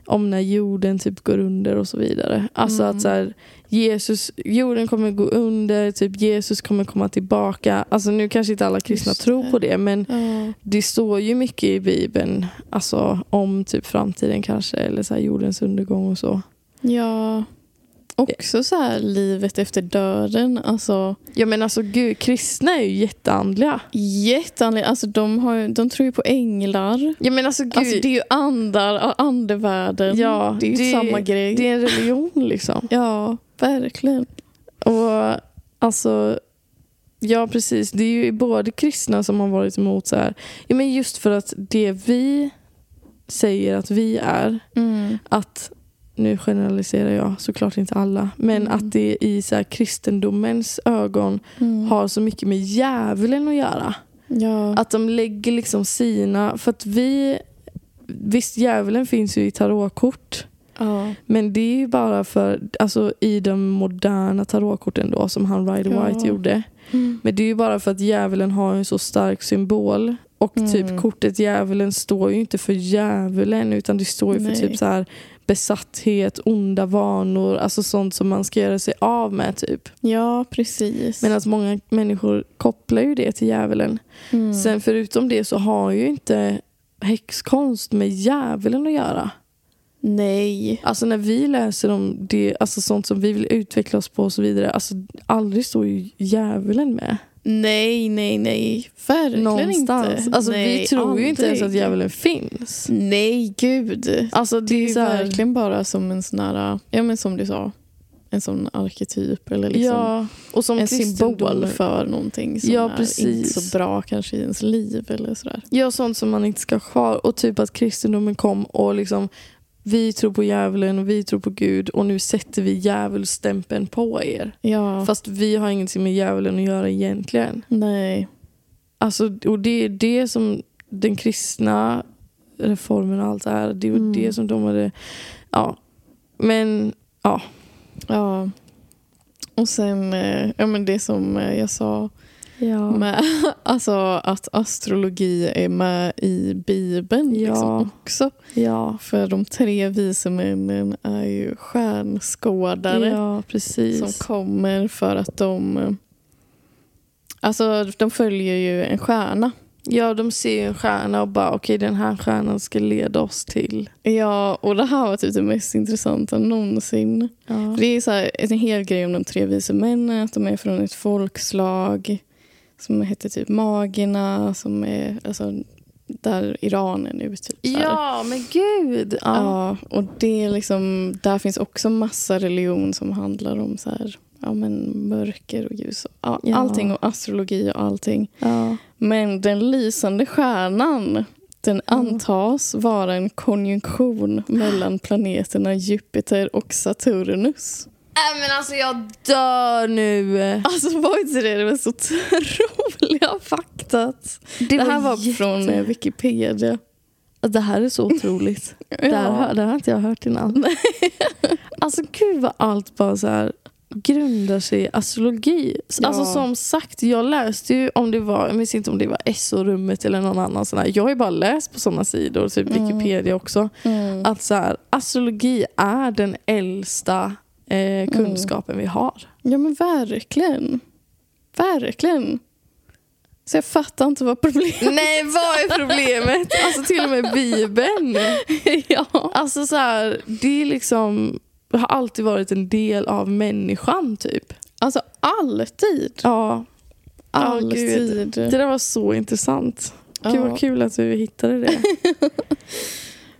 Speaker 1: om när jorden typ går under och så vidare. Alltså
Speaker 2: Mm.
Speaker 1: att så här, Jesus, jorden kommer gå under, typ Jesus kommer komma tillbaka. Alltså nu kanske inte alla kristna
Speaker 2: Just
Speaker 1: tror
Speaker 2: det.
Speaker 1: på det men
Speaker 2: Ja.
Speaker 1: det står ju mycket i Bibeln alltså om typ framtiden kanske eller så här jordens undergång och så.
Speaker 2: ja. Också så här livet efter döden, alltså
Speaker 1: Ja men alltså gud, kristna är ju jätteandliga.
Speaker 2: Jätteanledning. Alltså de, har, ju- de tror ju på änglar.
Speaker 1: Ja men alltså gud,
Speaker 2: Alltså det
Speaker 1: det,
Speaker 2: är ju andar, och andevärlden.
Speaker 1: Ja,
Speaker 2: det är ju
Speaker 1: det-
Speaker 2: samma grej.
Speaker 1: det är en religion liksom.
Speaker 2: ja, verkligen.
Speaker 1: Och alltså, ja precis. Det är ju både kristna som har varit emot så här. Ja, men just för att det vi säger att vi är, Mm. att nu generaliserar jag såklart inte alla, men
Speaker 2: Mm.
Speaker 1: att det i så här, kristendomens ögon
Speaker 2: Mm.
Speaker 1: har så mycket med djävulen att göra.
Speaker 2: Ja.
Speaker 1: Att de lägger liksom sina, för att vi, visst djävulen finns ju i tarotkort,
Speaker 2: ja.
Speaker 1: men det är ju bara för, alltså i de moderna tarotkorten då som han Rider
Speaker 2: Ja.
Speaker 1: White gjorde. Men det är ju bara för att djävulen har en så stark symbol. Och
Speaker 2: Mm.
Speaker 1: typ kortet djävulen står ju inte för djävulen utan det står ju för
Speaker 2: Nej.
Speaker 1: typ så här besatthet, onda vanor, alltså sånt som man ska göra sig av med typ.
Speaker 2: Ja, precis.
Speaker 1: Medan många människor kopplar ju det till djävulen.
Speaker 2: mm.
Speaker 1: Sen förutom det så har ju inte häxkonst med djävulen att göra.
Speaker 2: Nej.
Speaker 1: Alltså när vi läser om det, alltså sånt som vi vill utveckla oss på och så vidare, alltså aldrig står ju djävulen med.
Speaker 2: Nej, nej, nej. Verkligen
Speaker 1: Någonstans.
Speaker 2: inte.
Speaker 1: Alltså
Speaker 2: nej,
Speaker 1: vi tror ju inte ens att
Speaker 2: aldrig.
Speaker 1: djävulen finns.
Speaker 2: Nej, gud.
Speaker 1: Alltså det,
Speaker 2: Det är
Speaker 1: är
Speaker 2: ju
Speaker 1: så här,
Speaker 2: verkligen bara som en sån här, ja men som du sa, en sån arketyp eller liksom
Speaker 1: ja, och som
Speaker 2: en
Speaker 1: kristendom.
Speaker 2: symbol för någonting som
Speaker 1: Ja,
Speaker 2: är inte
Speaker 1: precis.
Speaker 2: så bra kanske i ens liv eller sådär.
Speaker 1: Ja, sånt som man inte ska ha kvar. Och typ att kristendomen kom och liksom vi tror på djävulen och vi tror på Gud och nu sätter vi djävulstämpeln på er.
Speaker 2: Ja,
Speaker 1: Fast vi har ingenting med djävulen att göra egentligen.
Speaker 2: nej.
Speaker 1: Alltså, och det är det som den kristna reformen och allt är. Det är
Speaker 2: Mm.
Speaker 1: det som de hade... Ja. Men
Speaker 2: Ja. Och sen, eh, ja men det som eh, jag sa
Speaker 1: ja.
Speaker 2: med, alltså att astrologi är med i Bibeln
Speaker 1: Ja.
Speaker 2: liksom också.
Speaker 1: ja.
Speaker 2: För de tre vise männen är ju stjärnskådare.
Speaker 1: Ja, precis.
Speaker 2: som kommer för att de... eh, Alltså, de följer ju en stjärna.
Speaker 1: Ja, de ser ju en stjärna och bara okej den här stjärnan ska leda oss till...
Speaker 2: Ja, och det här var typ det mest intressanta någonsin.
Speaker 1: Ja.
Speaker 2: För Det är så här, en hel grej om de tre vise männen, att de är från ett folkslag som heter typ magerna, som är alltså, där Iran är nu. Typ, så här.
Speaker 1: Ja, men gud! Ja.
Speaker 2: Ja, och det är liksom, där finns också massa religion som handlar om så här, ja, men mörker och ljus. och- Ja,
Speaker 1: Ja.
Speaker 2: Allting och astrologi och allting.
Speaker 1: Ja.
Speaker 2: Men den lysande stjärnan den
Speaker 1: Mm.
Speaker 2: antas vara en konjunktion mellan planeterna Jupiter och Saturnus.
Speaker 1: Äh, men alltså jag dör nu!
Speaker 2: Alltså var inte det det var så otroliga faktat? Det, här var
Speaker 1: jätte-
Speaker 2: från eh, Wikipedia.
Speaker 1: Det här är så otroligt. det, här, det här har inte jag hört innan. alltså gud vad allt bara så här grundar sig i astrologi.
Speaker 2: Ja.
Speaker 1: Alltså som sagt, jag läste ju om det var, jag minns inte om det var SO-rummet eller någon annan sån här. Jag har ju bara läst på sådana sidor, typ
Speaker 2: Mm.
Speaker 1: Wikipedia också.
Speaker 2: Mm.
Speaker 1: Att så här, astrologi är den äldsta eh, kunskapen vi har.
Speaker 2: Ja men verkligen. Verkligen. Så jag fattar inte vad problemet
Speaker 1: Nej, vad är problemet? Alltså till och med Bibeln.
Speaker 2: är. ja.
Speaker 1: Alltså så här, det är liksom det har alltid varit en del av människan typ.
Speaker 2: Alltså alltid.
Speaker 1: Ja. Alltid.
Speaker 2: Alltid.
Speaker 1: det där var så intressant. Gud
Speaker 2: Ja.
Speaker 1: vad kul att du hittade det.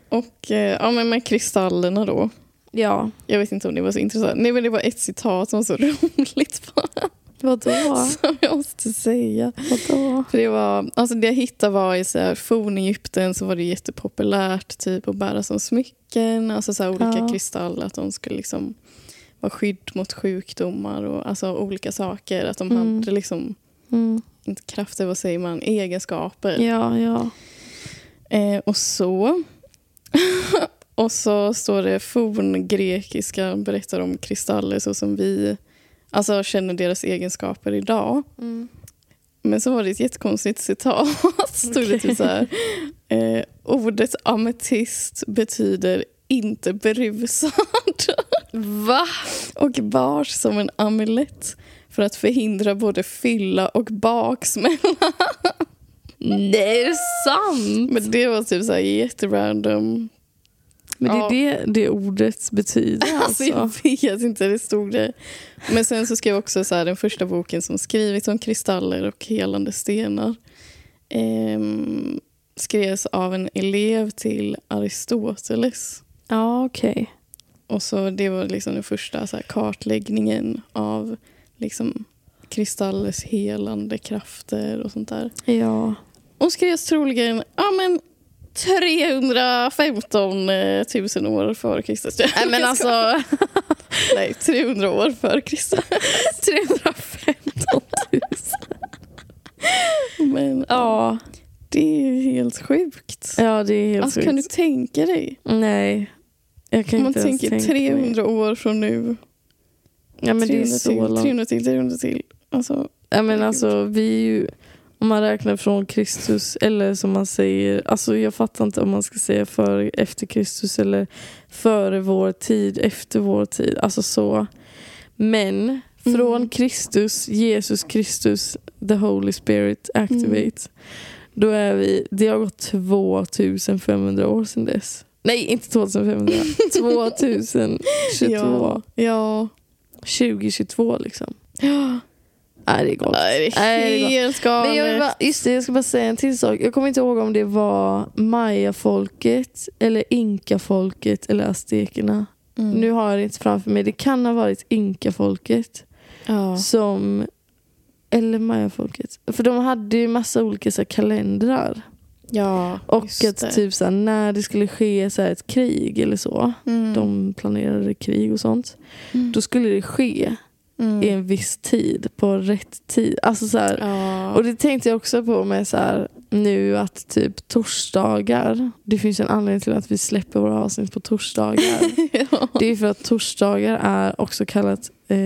Speaker 2: Och eh, ja, men med kristallerna då.
Speaker 1: ja.
Speaker 2: Jag vet inte om det var så intressant. Nej, men det var ett citat som var så roligt bara,
Speaker 1: Vadå?
Speaker 2: som jag måste säga.
Speaker 1: Vadå?
Speaker 2: För det, var, alltså det jag hittade var i så här, fornegypten så var det jättepopulärt typ, att bära som smycken. Alltså så här, olika
Speaker 1: Ja.
Speaker 2: kristaller, att de skulle liksom vara skydd mot sjukdomar och alltså, olika saker. Att de
Speaker 1: Mm.
Speaker 2: hade liksom,
Speaker 1: Mm.
Speaker 2: inte krafter, vad säger man, egenskaper.
Speaker 1: Ja, ja.
Speaker 2: Eh, och så... och så står det forngrekiska berättar om kristaller så som vi alltså, känner deras egenskaper idag.
Speaker 1: Mm.
Speaker 2: Men så var det ett jättekonstigt citat. Stod det typ så här. Eh, ordet ametist betyder inte berusad
Speaker 1: Va?
Speaker 2: och bars som en amulett för att förhindra både fylla och baksmälla.
Speaker 1: Nej, är det sant?
Speaker 2: Men det var typ så här jätterandom.
Speaker 1: Men det
Speaker 2: Ja.
Speaker 1: är det det ordet betyder
Speaker 2: Alltså jag
Speaker 1: alltså.
Speaker 2: vet inte, det stod det. Men sen så skrev jag också så här, den första boken som skrivits om kristaller och helande stenar. ehm, skrevs av en elev till Aristoteles.
Speaker 1: Ja, okej.
Speaker 2: Och så det var liksom den första så här, kartläggningen av liksom, kristallers helande krafter och sånt där.
Speaker 1: Ja.
Speaker 2: Och skrevs troligen ja, men 315 000 år före Kristus.
Speaker 1: Nej men alltså
Speaker 2: Nej, 300 år före Kristus.
Speaker 1: 315 000.
Speaker 2: Men
Speaker 1: Ja,
Speaker 2: det är ju helt sjukt.
Speaker 1: ja det är helt
Speaker 2: Alltså,
Speaker 1: sjukt.
Speaker 2: kan du tänka dig?
Speaker 1: Nej. Jag kan
Speaker 2: Om man
Speaker 1: inte ens
Speaker 2: tänker
Speaker 1: tänka mig.
Speaker 2: 300 år från nu.
Speaker 1: Ja men det är
Speaker 2: 300
Speaker 1: så
Speaker 2: till,
Speaker 1: långt.
Speaker 2: 300 till, 300 till. Alltså,
Speaker 1: Ja, men
Speaker 2: Herregud.
Speaker 1: alltså, vi är ju Om man räknar från Kristus eller som man säger, alltså jag fattar inte om man ska säga före, efter Kristus eller före vår tid, efter vår tid, alltså så. Men från
Speaker 2: Mm.
Speaker 1: Kristus, Jesus Kristus, the Holy Spirit activate.
Speaker 2: Mm.
Speaker 1: Då är vi, det har gått 2500 år sedan dess. Nej, inte 2500. 2022.
Speaker 2: Ja. ja.
Speaker 1: 2022 liksom. Nej, det är galet.
Speaker 2: Nej, det
Speaker 1: Nej, det
Speaker 2: är
Speaker 1: är
Speaker 2: helt
Speaker 1: Men jag vill
Speaker 2: galet.
Speaker 1: bara, just det, jag ska bara säga en till sak. Jag kommer inte ihåg om det var mayafolket eller inkafolket eller aztekerna.
Speaker 2: Mm.
Speaker 1: Nu har jag det inte framför mig. Det kan ha varit inkafolket
Speaker 2: Ja.
Speaker 1: som... Eller mayafolket. För de hade ju massa olika så här, kalendrar.
Speaker 2: ja
Speaker 1: Och
Speaker 2: just det.
Speaker 1: att typ så här, när det skulle ske så här, ett krig eller så.
Speaker 2: Mm.
Speaker 1: De planerade krig och sånt.
Speaker 2: Mm.
Speaker 1: Då skulle det ske
Speaker 2: Mm.
Speaker 1: i en viss tid, på rätt tid. Alltså så här,
Speaker 2: Ja.
Speaker 1: Och det tänkte jag också på med så här, nu att typ torsdagar, det finns en anledning till att vi släpper våra avsnitt på torsdagar.
Speaker 2: ja.
Speaker 1: det är för att torsdagar är också kallat eh,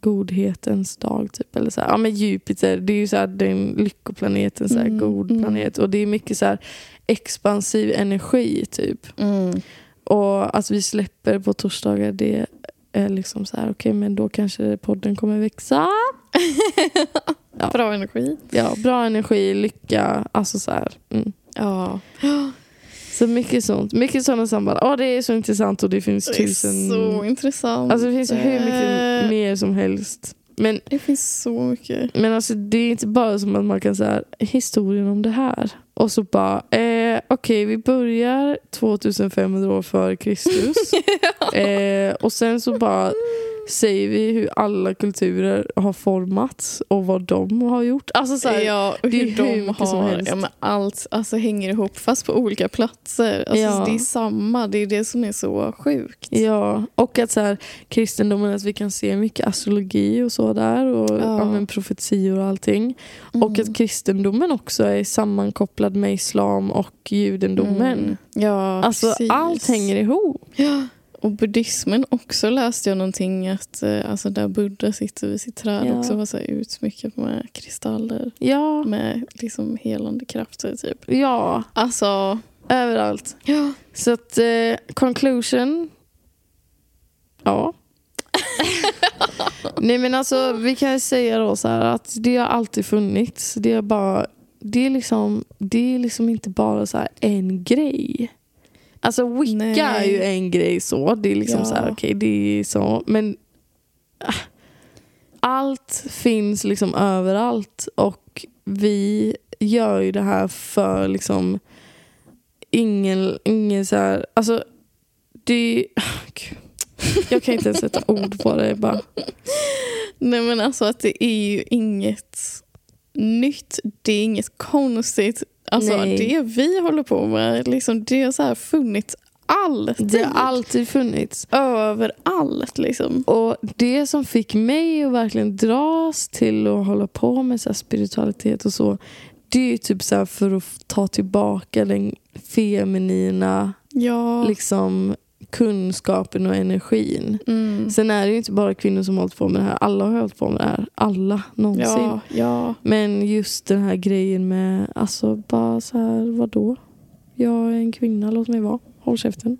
Speaker 1: godhetens dag. Typ, eller så här. Ja, men Jupiter, det är ju så här, den lyckoplaneten, så här,
Speaker 2: Mm,
Speaker 1: god
Speaker 2: mm.
Speaker 1: planet. Och det är mycket så här, expansiv energi typ.
Speaker 2: Mm.
Speaker 1: Och att vi släpper på torsdagar, det är liksom så här, okej men då kanske podden kommer växa. Ja.
Speaker 2: Bra energi.
Speaker 1: Ja, bra energi, lycka, alltså så här. Mm.
Speaker 2: Ja.
Speaker 1: Så mycket sånt. Mycket sådana samband. Ja, det är så intressant och det finns
Speaker 2: Det är
Speaker 1: tusen...
Speaker 2: så intressant. Eh,
Speaker 1: Alltså det finns ju hur mycket mer som helst. Men,
Speaker 2: Det finns så mycket.
Speaker 1: men alltså det är inte bara som att man kan säga historien om det här. Och så bara, eh, okej vi börjar 2500 år före Kristus. eh, och sen så bara säger vi hur alla kulturer har formats och vad de har gjort. Alltså så här,
Speaker 2: ja, och
Speaker 1: det är
Speaker 2: hur
Speaker 1: hur
Speaker 2: de
Speaker 1: mycket som
Speaker 2: har,
Speaker 1: helst.
Speaker 2: ja, men allt alltså, hänger ihop fast på olika platser. Alltså,
Speaker 1: Ja.
Speaker 2: Det är samma, det är det som är så sjukt.
Speaker 1: Ja, och att så här, kristendomen, att vi kan se mycket astrologi och så där och
Speaker 2: Ja.
Speaker 1: ja. men, profetior och allting.
Speaker 2: Mm.
Speaker 1: Och att kristendomen också är sammankopplad med islam och judendomen.
Speaker 2: Mm. Ja,
Speaker 1: Alltså
Speaker 2: precis.
Speaker 1: allt hänger ihop.
Speaker 2: Ja. Och buddhismen också läste jag någonting att eh, alltså, där Buddha sitter vid sitt träd
Speaker 1: Ja.
Speaker 2: också var så här utsmyckat med kristaller
Speaker 1: Ja,
Speaker 2: med liksom helande krafter typ.
Speaker 1: ja,
Speaker 2: Alltså,
Speaker 1: överallt.
Speaker 2: ja.
Speaker 1: Så att eh, conclusion. Ja. Nej men alltså vi kan ju säga då så här att det har alltid funnits. Det är bara, det är liksom, det är liksom inte bara så här en grej. Alltså Wicca
Speaker 2: Nej.
Speaker 1: är ju en grej så. Det är liksom
Speaker 2: Ja.
Speaker 1: så här okej det är så. Men ah, allt finns liksom överallt och vi gör ju det här för liksom ingen, ingen så här, alltså det ah, gud. jag kan inte ens sätta ord på det. Bara.
Speaker 2: Nej men alltså att det är ju inget nytt, det är inget konstigt. Alltså
Speaker 1: Nej.
Speaker 2: det vi håller på med, liksom, det har så här funnits alltid.
Speaker 1: Det har alltid funnits.
Speaker 2: Överallt liksom.
Speaker 1: Och det som fick mig att verkligen dras till att hålla på med så här spiritualitet och så. Det är ju typ så här för att ta tillbaka den feminina
Speaker 2: Ja.
Speaker 1: liksom, kunskapen och energin.
Speaker 2: Mm.
Speaker 1: Sen är det ju inte bara kvinnor som har hållit på med det här. Alla har hållit på med det här. Alla någonsin.
Speaker 2: Ja, ja.
Speaker 1: Men just den här grejen med, alltså bara så här, vadå? Jag är en kvinna, låt mig vara. Håll käften.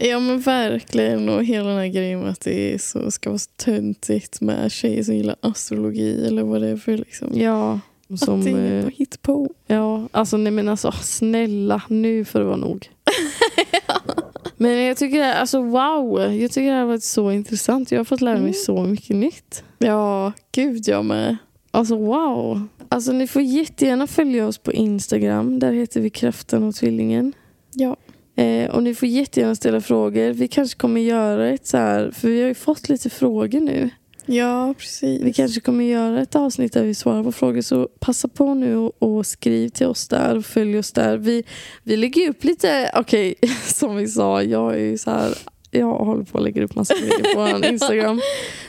Speaker 2: Ja men verkligen. Och hela den här grejen med att det är så, ska vara så töntigt med tjejer som gillar astrologi eller vad det är för liksom.
Speaker 1: Ja. Som,
Speaker 2: att det är
Speaker 1: eh,
Speaker 2: inget hit på.
Speaker 1: Ja, alltså nej men alltså snälla, nu får det vara nog. Men jag tycker det här, alltså wow, jag tycker det här har varit så intressant. Jag har fått lära mig
Speaker 2: Mm.
Speaker 1: så mycket nytt.
Speaker 2: Ja, gud jag med.
Speaker 1: Alltså wow. Alltså ni får jättegärna följa oss på Instagram. Där heter vi Kraften och Tvillingen.
Speaker 2: Ja.
Speaker 1: Eh, och ni får jättegärna ställa frågor. Vi kanske kommer göra ett så här, för vi har ju fått lite frågor nu.
Speaker 2: Ja, precis.
Speaker 1: Vi kanske kommer göra ett avsnitt där vi svarar på frågor. Så passa på nu och, och skriv till oss där och följ oss där. Vi, vi lägger ju upp lite, okej, som vi sa, jag är ju så här, jag håller på att lägga upp massa grejer på vår Instagram.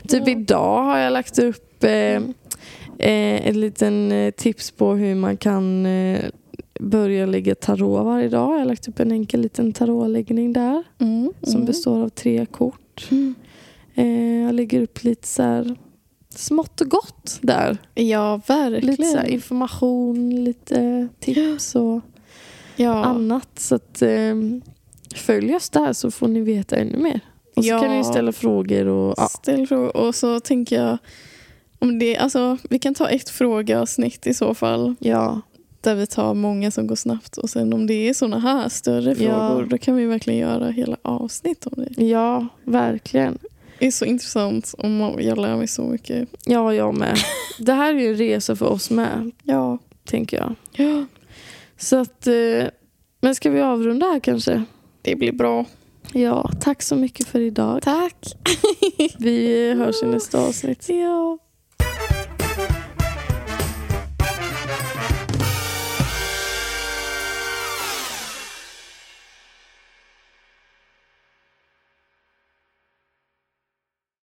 Speaker 1: Typ
Speaker 2: Ja. Mm.
Speaker 1: idag har jag lagt upp eh, eh, en liten eh, tips på hur man kan eh, börja lägga tarot varje dag. Jag har lagt upp en enkel liten tarotläggning där
Speaker 2: Mm,
Speaker 1: som
Speaker 2: mm.
Speaker 1: består av tre kort.
Speaker 2: Mm.
Speaker 1: Eh, jag lägger upp lite så här smått och gott där.
Speaker 2: Ja, verkligen.
Speaker 1: Lite så här information, lite tips och
Speaker 2: ja.
Speaker 1: annat. Så att, eh, följ oss där så får ni veta ännu mer. Och så
Speaker 2: Ja.
Speaker 1: kan ni ställa frågor. Och, ja.
Speaker 2: Ställ frågor. Och så tänker jag, om det, alltså, vi kan ta ett frågeavsnitt i så fall.
Speaker 1: ja.
Speaker 2: Där vi tar många som går snabbt. Och sen om det är sådana här större
Speaker 1: Ja.
Speaker 2: frågor, då kan vi verkligen göra hela avsnitt om det.
Speaker 1: Ja, verkligen.
Speaker 2: Det är så intressant. Och man- jag lär mig så mycket.
Speaker 1: Ja, jag med. Det här är ju en resa för oss med,
Speaker 2: Ja.
Speaker 1: tänker jag.
Speaker 2: ja.
Speaker 1: Så att, eh, men ska vi avrunda här kanske?
Speaker 2: Det blir bra.
Speaker 1: Ja, tack så mycket för idag.
Speaker 2: Tack.
Speaker 1: Vi hörs i nästa avsnitt.
Speaker 2: Ja.